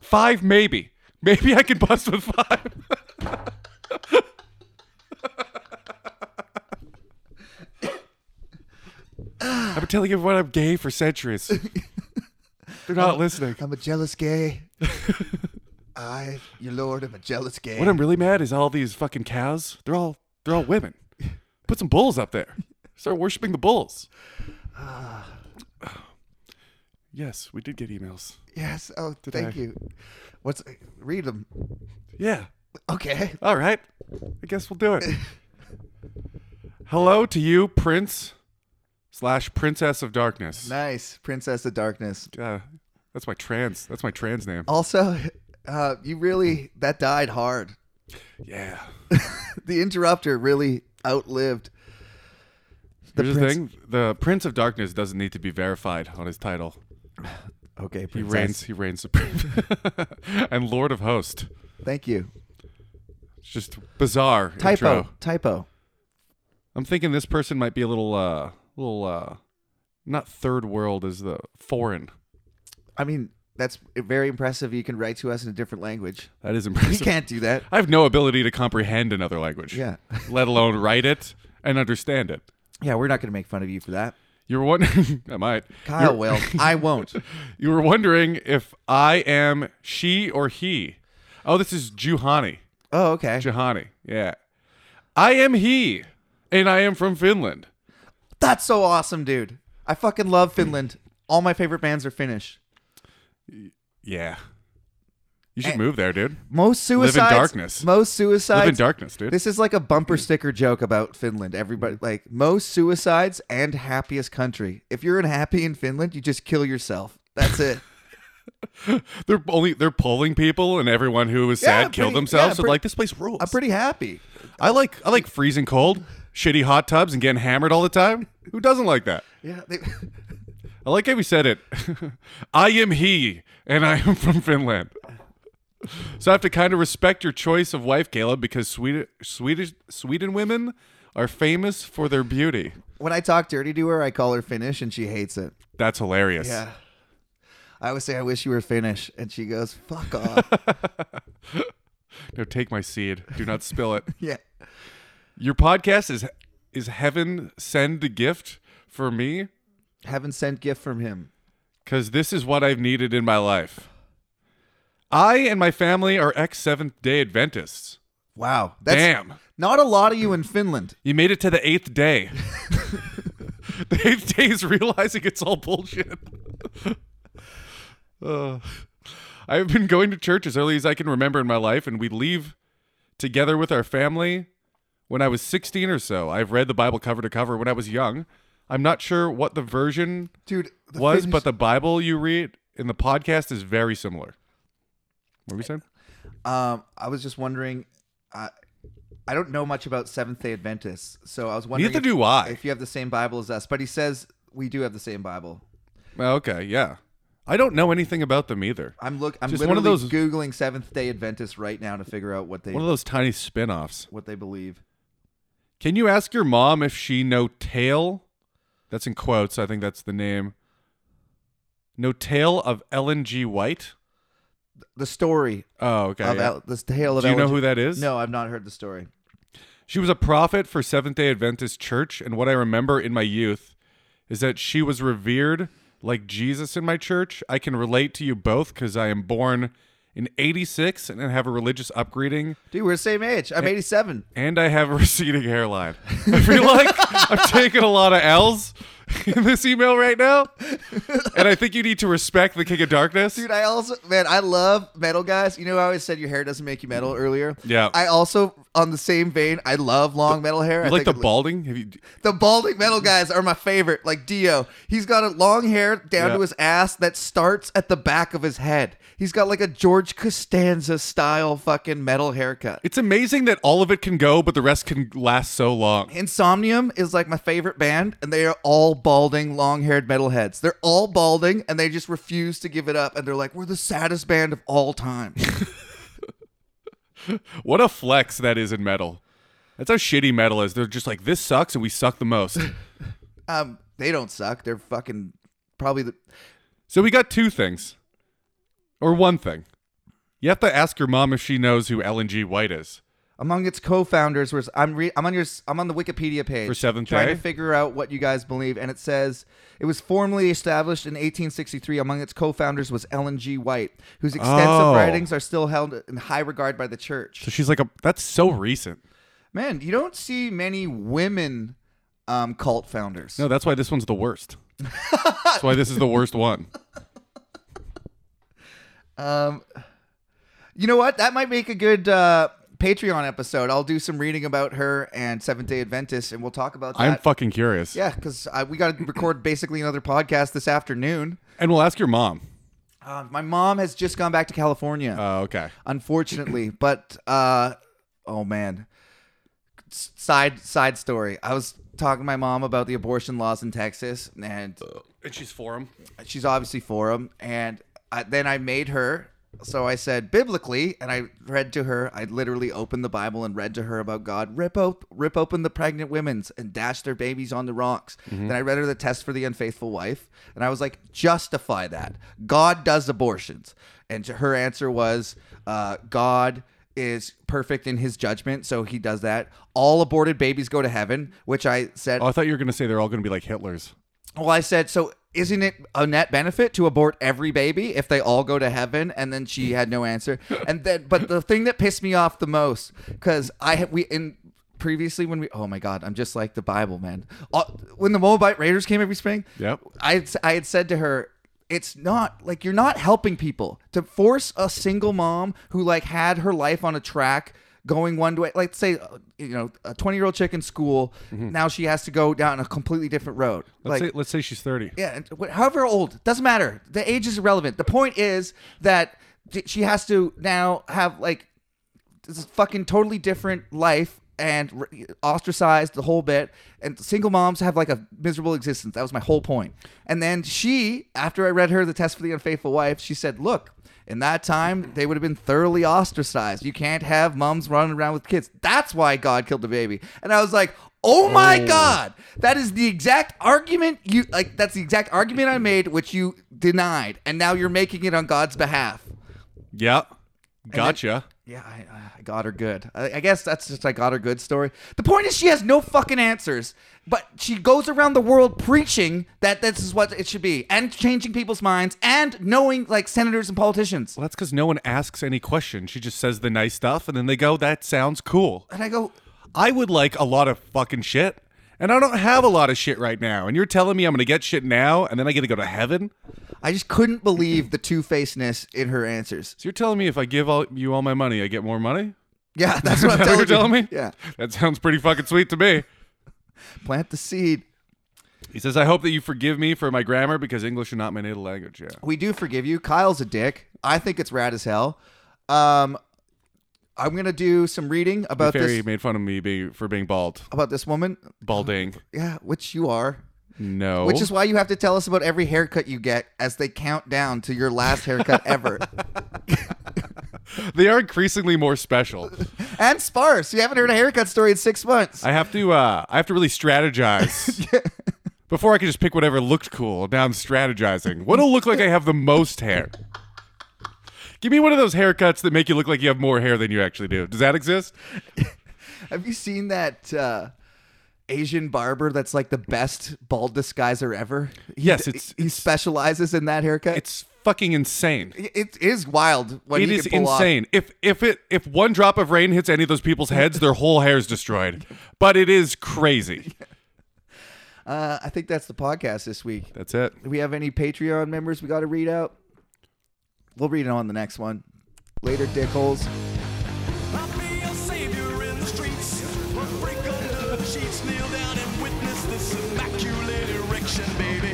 [SPEAKER 2] Five, maybe. Maybe I could bust with five. I've been telling everyone I'm gay for centuries. They're not listening.
[SPEAKER 1] I'm a jealous gay. I, your lord, am a jealous gay.
[SPEAKER 2] What I'm really mad is all these fucking cows. They're all they're all women. Put some bulls up there. Start worshiping the bulls. yes, we did get emails.
[SPEAKER 1] yes. Oh, thank
[SPEAKER 2] I?
[SPEAKER 1] you. What's read them?
[SPEAKER 2] Yeah.
[SPEAKER 1] Okay.
[SPEAKER 2] All right. I guess we'll do it. Hello to you, Prince slash Princess of Darkness.
[SPEAKER 1] Nice, Princess of Darkness.
[SPEAKER 2] Uh, that's my trans. That's my trans name.
[SPEAKER 1] Also, uh, you really that died hard.
[SPEAKER 2] Yeah.
[SPEAKER 1] The interrupter really outlived.
[SPEAKER 2] Here's
[SPEAKER 1] prince-
[SPEAKER 2] the thing: the Prince of Darkness doesn't need to be verified on his title.
[SPEAKER 1] Okay,
[SPEAKER 2] He reigns. He reigns supreme, and Lord of Host.
[SPEAKER 1] Thank you.
[SPEAKER 2] It's just bizarre
[SPEAKER 1] Typo.
[SPEAKER 2] intro.
[SPEAKER 1] Typo.
[SPEAKER 2] I'm thinking this person might be a little, uh, little, uh, not third world as the foreign.
[SPEAKER 1] I mean, that's very impressive. You can write to us in a different language.
[SPEAKER 2] That is
[SPEAKER 1] We
[SPEAKER 2] impressive.
[SPEAKER 1] can't do that.
[SPEAKER 2] I have no ability to comprehend another language.
[SPEAKER 1] Yeah.
[SPEAKER 2] let alone write it and understand it.
[SPEAKER 1] Yeah, we're not going to make fun of you for that.
[SPEAKER 2] You were wondering. I might.
[SPEAKER 1] Kyle
[SPEAKER 2] You're-
[SPEAKER 1] will. I won't.
[SPEAKER 2] You were wondering if I am she or he. Oh, this is Juhani.
[SPEAKER 1] Oh, okay.
[SPEAKER 2] Juhani. Yeah. I am he, and I am from Finland.
[SPEAKER 1] That's so awesome, dude. I fucking love Finland. All my favorite bands are Finnish.
[SPEAKER 2] Yeah. You should
[SPEAKER 1] Eh.
[SPEAKER 2] move there, dude.
[SPEAKER 1] Most suicides.
[SPEAKER 2] darkness.
[SPEAKER 1] Most
[SPEAKER 2] Live
[SPEAKER 1] suicides.
[SPEAKER 2] in darkness, dude.
[SPEAKER 1] This is like a bumper sticker joke about Finland. Everybody like most suicides and happiest country. If you're unhappy in Finland, you just kill yourself. That's it.
[SPEAKER 2] They're only they're polling people, and everyone who was
[SPEAKER 1] Yeah,
[SPEAKER 2] sad killed
[SPEAKER 1] pretty-
[SPEAKER 2] themselves.
[SPEAKER 1] yeah,
[SPEAKER 2] so
[SPEAKER 1] pretty-
[SPEAKER 2] like this place rules.
[SPEAKER 1] I'm pretty happy.
[SPEAKER 2] I like I like freezing cold, shitty hot tubs, and getting hammered all the time. Who doesn't like that?
[SPEAKER 1] Yeah. They,
[SPEAKER 2] I like how we said it. I am he, and I am from Finland. So I have to kind of respect your choice of wife, Caleb, because Swedish Swedish Sweden women are famous for their beauty.
[SPEAKER 1] when I talk dirty to her, I call her Finnish, and she hates it.
[SPEAKER 2] That's hilarious.
[SPEAKER 1] Yeah. I always say I wish you were Finnish, and she goes, "Fuck off."
[SPEAKER 2] No, take my seed. Do not spill it.
[SPEAKER 1] yeah.
[SPEAKER 2] Your podcast is is heaven send a gift for me
[SPEAKER 1] Heaven sent gift from him.
[SPEAKER 2] because this is what I've needed in my life. I and my family are ex Seventh Day Adventists.
[SPEAKER 1] Wow. That's
[SPEAKER 2] Damn.
[SPEAKER 1] not a lot of you in Finland.
[SPEAKER 2] You made it to the eighth day. the eighth day is realizing it's all bullshit. Uh, I've been going to church as early as I can remember in my life, and we leave together with our family when I was 16 or so. I've read the Bible cover to cover when I was young. I'm not sure what the version
[SPEAKER 1] Dude, the
[SPEAKER 2] was,
[SPEAKER 1] Finnish-
[SPEAKER 2] but the Bible you read in the podcast is very similar. What were you saying?
[SPEAKER 1] Um, I was just wondering. I I don't know much about Seventh Day Adventists, so I was wondering.
[SPEAKER 2] Neither
[SPEAKER 1] if,
[SPEAKER 2] do I.
[SPEAKER 1] If you have the same Bible as us, but he says we do have the same Bible.
[SPEAKER 2] Well, Oh, okay, yeah. I don't know anything about them either.
[SPEAKER 1] I'm look. I'm
[SPEAKER 2] Just
[SPEAKER 1] literally
[SPEAKER 2] one of those-
[SPEAKER 1] googling Seventh Day Adventists right now to figure out what they
[SPEAKER 2] One of those tiny spin offs.
[SPEAKER 1] what they believe.
[SPEAKER 2] Can you ask your mom if she no tail? That's in quotes. I think that's the name. No tail of Ellen G. White.
[SPEAKER 1] The story
[SPEAKER 2] Oh, okay.
[SPEAKER 1] of
[SPEAKER 2] yeah.
[SPEAKER 1] El, this tale of
[SPEAKER 2] Do you know
[SPEAKER 1] Ellen-
[SPEAKER 2] who that is?
[SPEAKER 1] No, I've not heard the story.
[SPEAKER 2] She was a prophet for Seventh day Adventist Church, and what I remember in my youth is that she was revered like Jesus in my church. I can relate to you both because I am born in 86 and I have a religious upbreeding
[SPEAKER 1] Dude, we're the same age. I'm 87.
[SPEAKER 2] and I have a receding hairline. I feel like I'm taking a lot of L's in this email right now, and I think you need to respect the King of Darkness.
[SPEAKER 1] Dude, I also man, I love metal guys. You know, I always said your hair doesn't make you metal earlier.
[SPEAKER 2] Yeah.
[SPEAKER 1] I also, on the same vein, I love long metal hair. I
[SPEAKER 2] You like
[SPEAKER 1] think
[SPEAKER 2] the
[SPEAKER 1] it looks-
[SPEAKER 2] balding? Have you?
[SPEAKER 1] The balding metal guys are my favorite. Like Dio, he's got a long hair down
[SPEAKER 2] Yeah.
[SPEAKER 1] to his ass that starts at the back of his head. He's got like a George Costanza style fucking metal haircut.
[SPEAKER 2] It's amazing that all of it can go, but the rest can last so long.
[SPEAKER 1] Insomnium is like my favorite band, and they are all balding, long-haired metalheads. They're all balding, and they just refuse to give it up. And they're like, "We're the saddest band of all time."
[SPEAKER 2] What a flex that is in metal. That's how shitty metal is. They're just like this sucks, and we suck the most.
[SPEAKER 1] um, they don't suck. They're fucking probably the
[SPEAKER 2] so we got two things, or one thing. You have to ask your mom if she knows who Ellen G. White is.
[SPEAKER 1] Among its co-founders was I'm re- I'm on your s- I'm on the Wikipedia page
[SPEAKER 2] For Seventh
[SPEAKER 1] trying
[SPEAKER 2] Day?
[SPEAKER 1] to figure out what you guys believe, and it says it was formally established in 1863. Among its co-founders was Ellen G. White, whose extensive
[SPEAKER 2] Oh.
[SPEAKER 1] writings are still held in high regard by the church.
[SPEAKER 2] So she's like a. That's so recent.
[SPEAKER 1] Man, you don't see many women um, cult founders.
[SPEAKER 2] No, that's why this one's the worst. that's why this is the worst one.
[SPEAKER 1] Um, you know what? That might make a good uh, Patreon episode. I'll do some reading about her and Seventh Day Adventist, and we'll talk about that.
[SPEAKER 2] I'm fucking curious.
[SPEAKER 1] yeah, because we got to record basically another podcast this afternoon.
[SPEAKER 2] And we'll ask your mom.
[SPEAKER 1] Uh, my mom has just gone back to California,
[SPEAKER 2] Uh, okay.
[SPEAKER 1] unfortunately. But uh, oh man, S- side side story. I was talking to my mom about the abortion laws in Texas, and
[SPEAKER 2] And she's for him.
[SPEAKER 1] she's obviously for him. And I, then I made her. So I said biblically, and I read to her. I literally opened the Bible and read to her about God. Rip op- rip open the pregnant women's and dash their babies on the rocks. Then I read her the test for the unfaithful wife, and I was like, justify that. God does abortions, and to- her answer was, uh, God is perfect in His judgment, so He does that. All aborted babies go to heaven, which I said,
[SPEAKER 2] Oh, I thought you were gonna say they're all gonna be like Hitler's.
[SPEAKER 1] well, I said, so isn't it a net benefit to abort every baby if they all go to heaven? And then she had no answer. And then, but the thing that pissed me off the most, because I had- we in previously when we oh my god, I'm just like the Bible man. Uh, when the Moabite Raiders came every spring,
[SPEAKER 2] Yep.
[SPEAKER 1] I had, I had said to her, it's not like you're not helping people to force a single mom who like had her life on a track going one way. Like say, uh, you know, a 20 year old chick in school. Now she has to go down a completely different road.
[SPEAKER 2] Mm-hmm. Let's
[SPEAKER 1] like
[SPEAKER 2] say let's say she's thirty.
[SPEAKER 1] yeah, and wh- however old doesn't matter. The age is irrelevant. The point is that d- she has to now have like this is fucking totally different life and r- ostracized the whole bit. And single moms have like a miserable existence. That was my whole point. And then she, after I read her the test for the unfaithful wife, she said, "Look." In that time, they would have been thoroughly ostracized. You can't have moms running around with kids. That's why God killed the baby. And I was like, oh my God, that is the exact argument you like. That's the exact argument I made, which you denied, and now you're making it on God's behalf.
[SPEAKER 2] Yep. Gotcha.
[SPEAKER 1] Yeah, I, I got her good. I, I guess that's just I got her good story. The point is, she has no fucking answers, but she goes around the world preaching that this is what it should be, and changing people's minds, and knowing like senators and politicians.
[SPEAKER 2] well, that's because no one asks any question. She just says the nice stuff, and then they go, "That sounds cool."
[SPEAKER 1] And I go,
[SPEAKER 2] I would like a lot of fucking shit, and I don't have a lot of shit right now. And you're telling me I'm gonna get shit now, and then I get to go to heaven?
[SPEAKER 1] I just couldn't believe the two facedness in her answers.
[SPEAKER 2] So you're telling me if I give all you all my money, I get more money?
[SPEAKER 1] Yeah, that's what I'm
[SPEAKER 2] Is
[SPEAKER 1] telling you.
[SPEAKER 2] that what you're telling me?
[SPEAKER 1] Yeah,
[SPEAKER 2] That sounds pretty fucking sweet to me.
[SPEAKER 1] plant the seed.
[SPEAKER 2] He says, I hope that you forgive me for my grammar because English is not my native language. Yeah.
[SPEAKER 1] We do forgive you. Kyle's a dick. I think it's rad as hell. Um, I'm gonna do some reading about
[SPEAKER 2] Fairy
[SPEAKER 1] this
[SPEAKER 2] made fun of me being, for being bald.
[SPEAKER 1] about this woman.
[SPEAKER 2] Balding.
[SPEAKER 1] Yeah, which you are.
[SPEAKER 2] No.
[SPEAKER 1] Which is why you have to tell us about every haircut you get as they count down to your last haircut ever.
[SPEAKER 2] they are increasingly more special.
[SPEAKER 1] and sparse. You haven't heard a haircut story in six months.
[SPEAKER 2] I have to uh I have to really strategize. Before I could just pick whatever looked cool, now I'm strategizing. What'll look like I have the most hair? Give me one of those haircuts that make you look like you have more hair than you actually do. Does that exist?
[SPEAKER 1] have you seen that uh, Asian barber that's like the best bald disguiser ever? He-
[SPEAKER 2] Yes, it's-
[SPEAKER 1] he specializes in that haircut.
[SPEAKER 2] It's fucking insane.
[SPEAKER 1] it is wild what
[SPEAKER 2] It
[SPEAKER 1] he
[SPEAKER 2] is
[SPEAKER 1] can pull off.
[SPEAKER 2] insane. If if it if one drop of rain hits any of those people's heads, their whole hair's destroyed. But it is crazy.
[SPEAKER 1] Uh, I think that's the podcast this week.
[SPEAKER 2] That's it.
[SPEAKER 1] Do we have any Patreon members we got to read out? We'll read it on the next one. Later, dickholes.
[SPEAKER 4] I'll be your savior in the streets. Break under the sheets, kneel down and witness this immaculate erection, baby.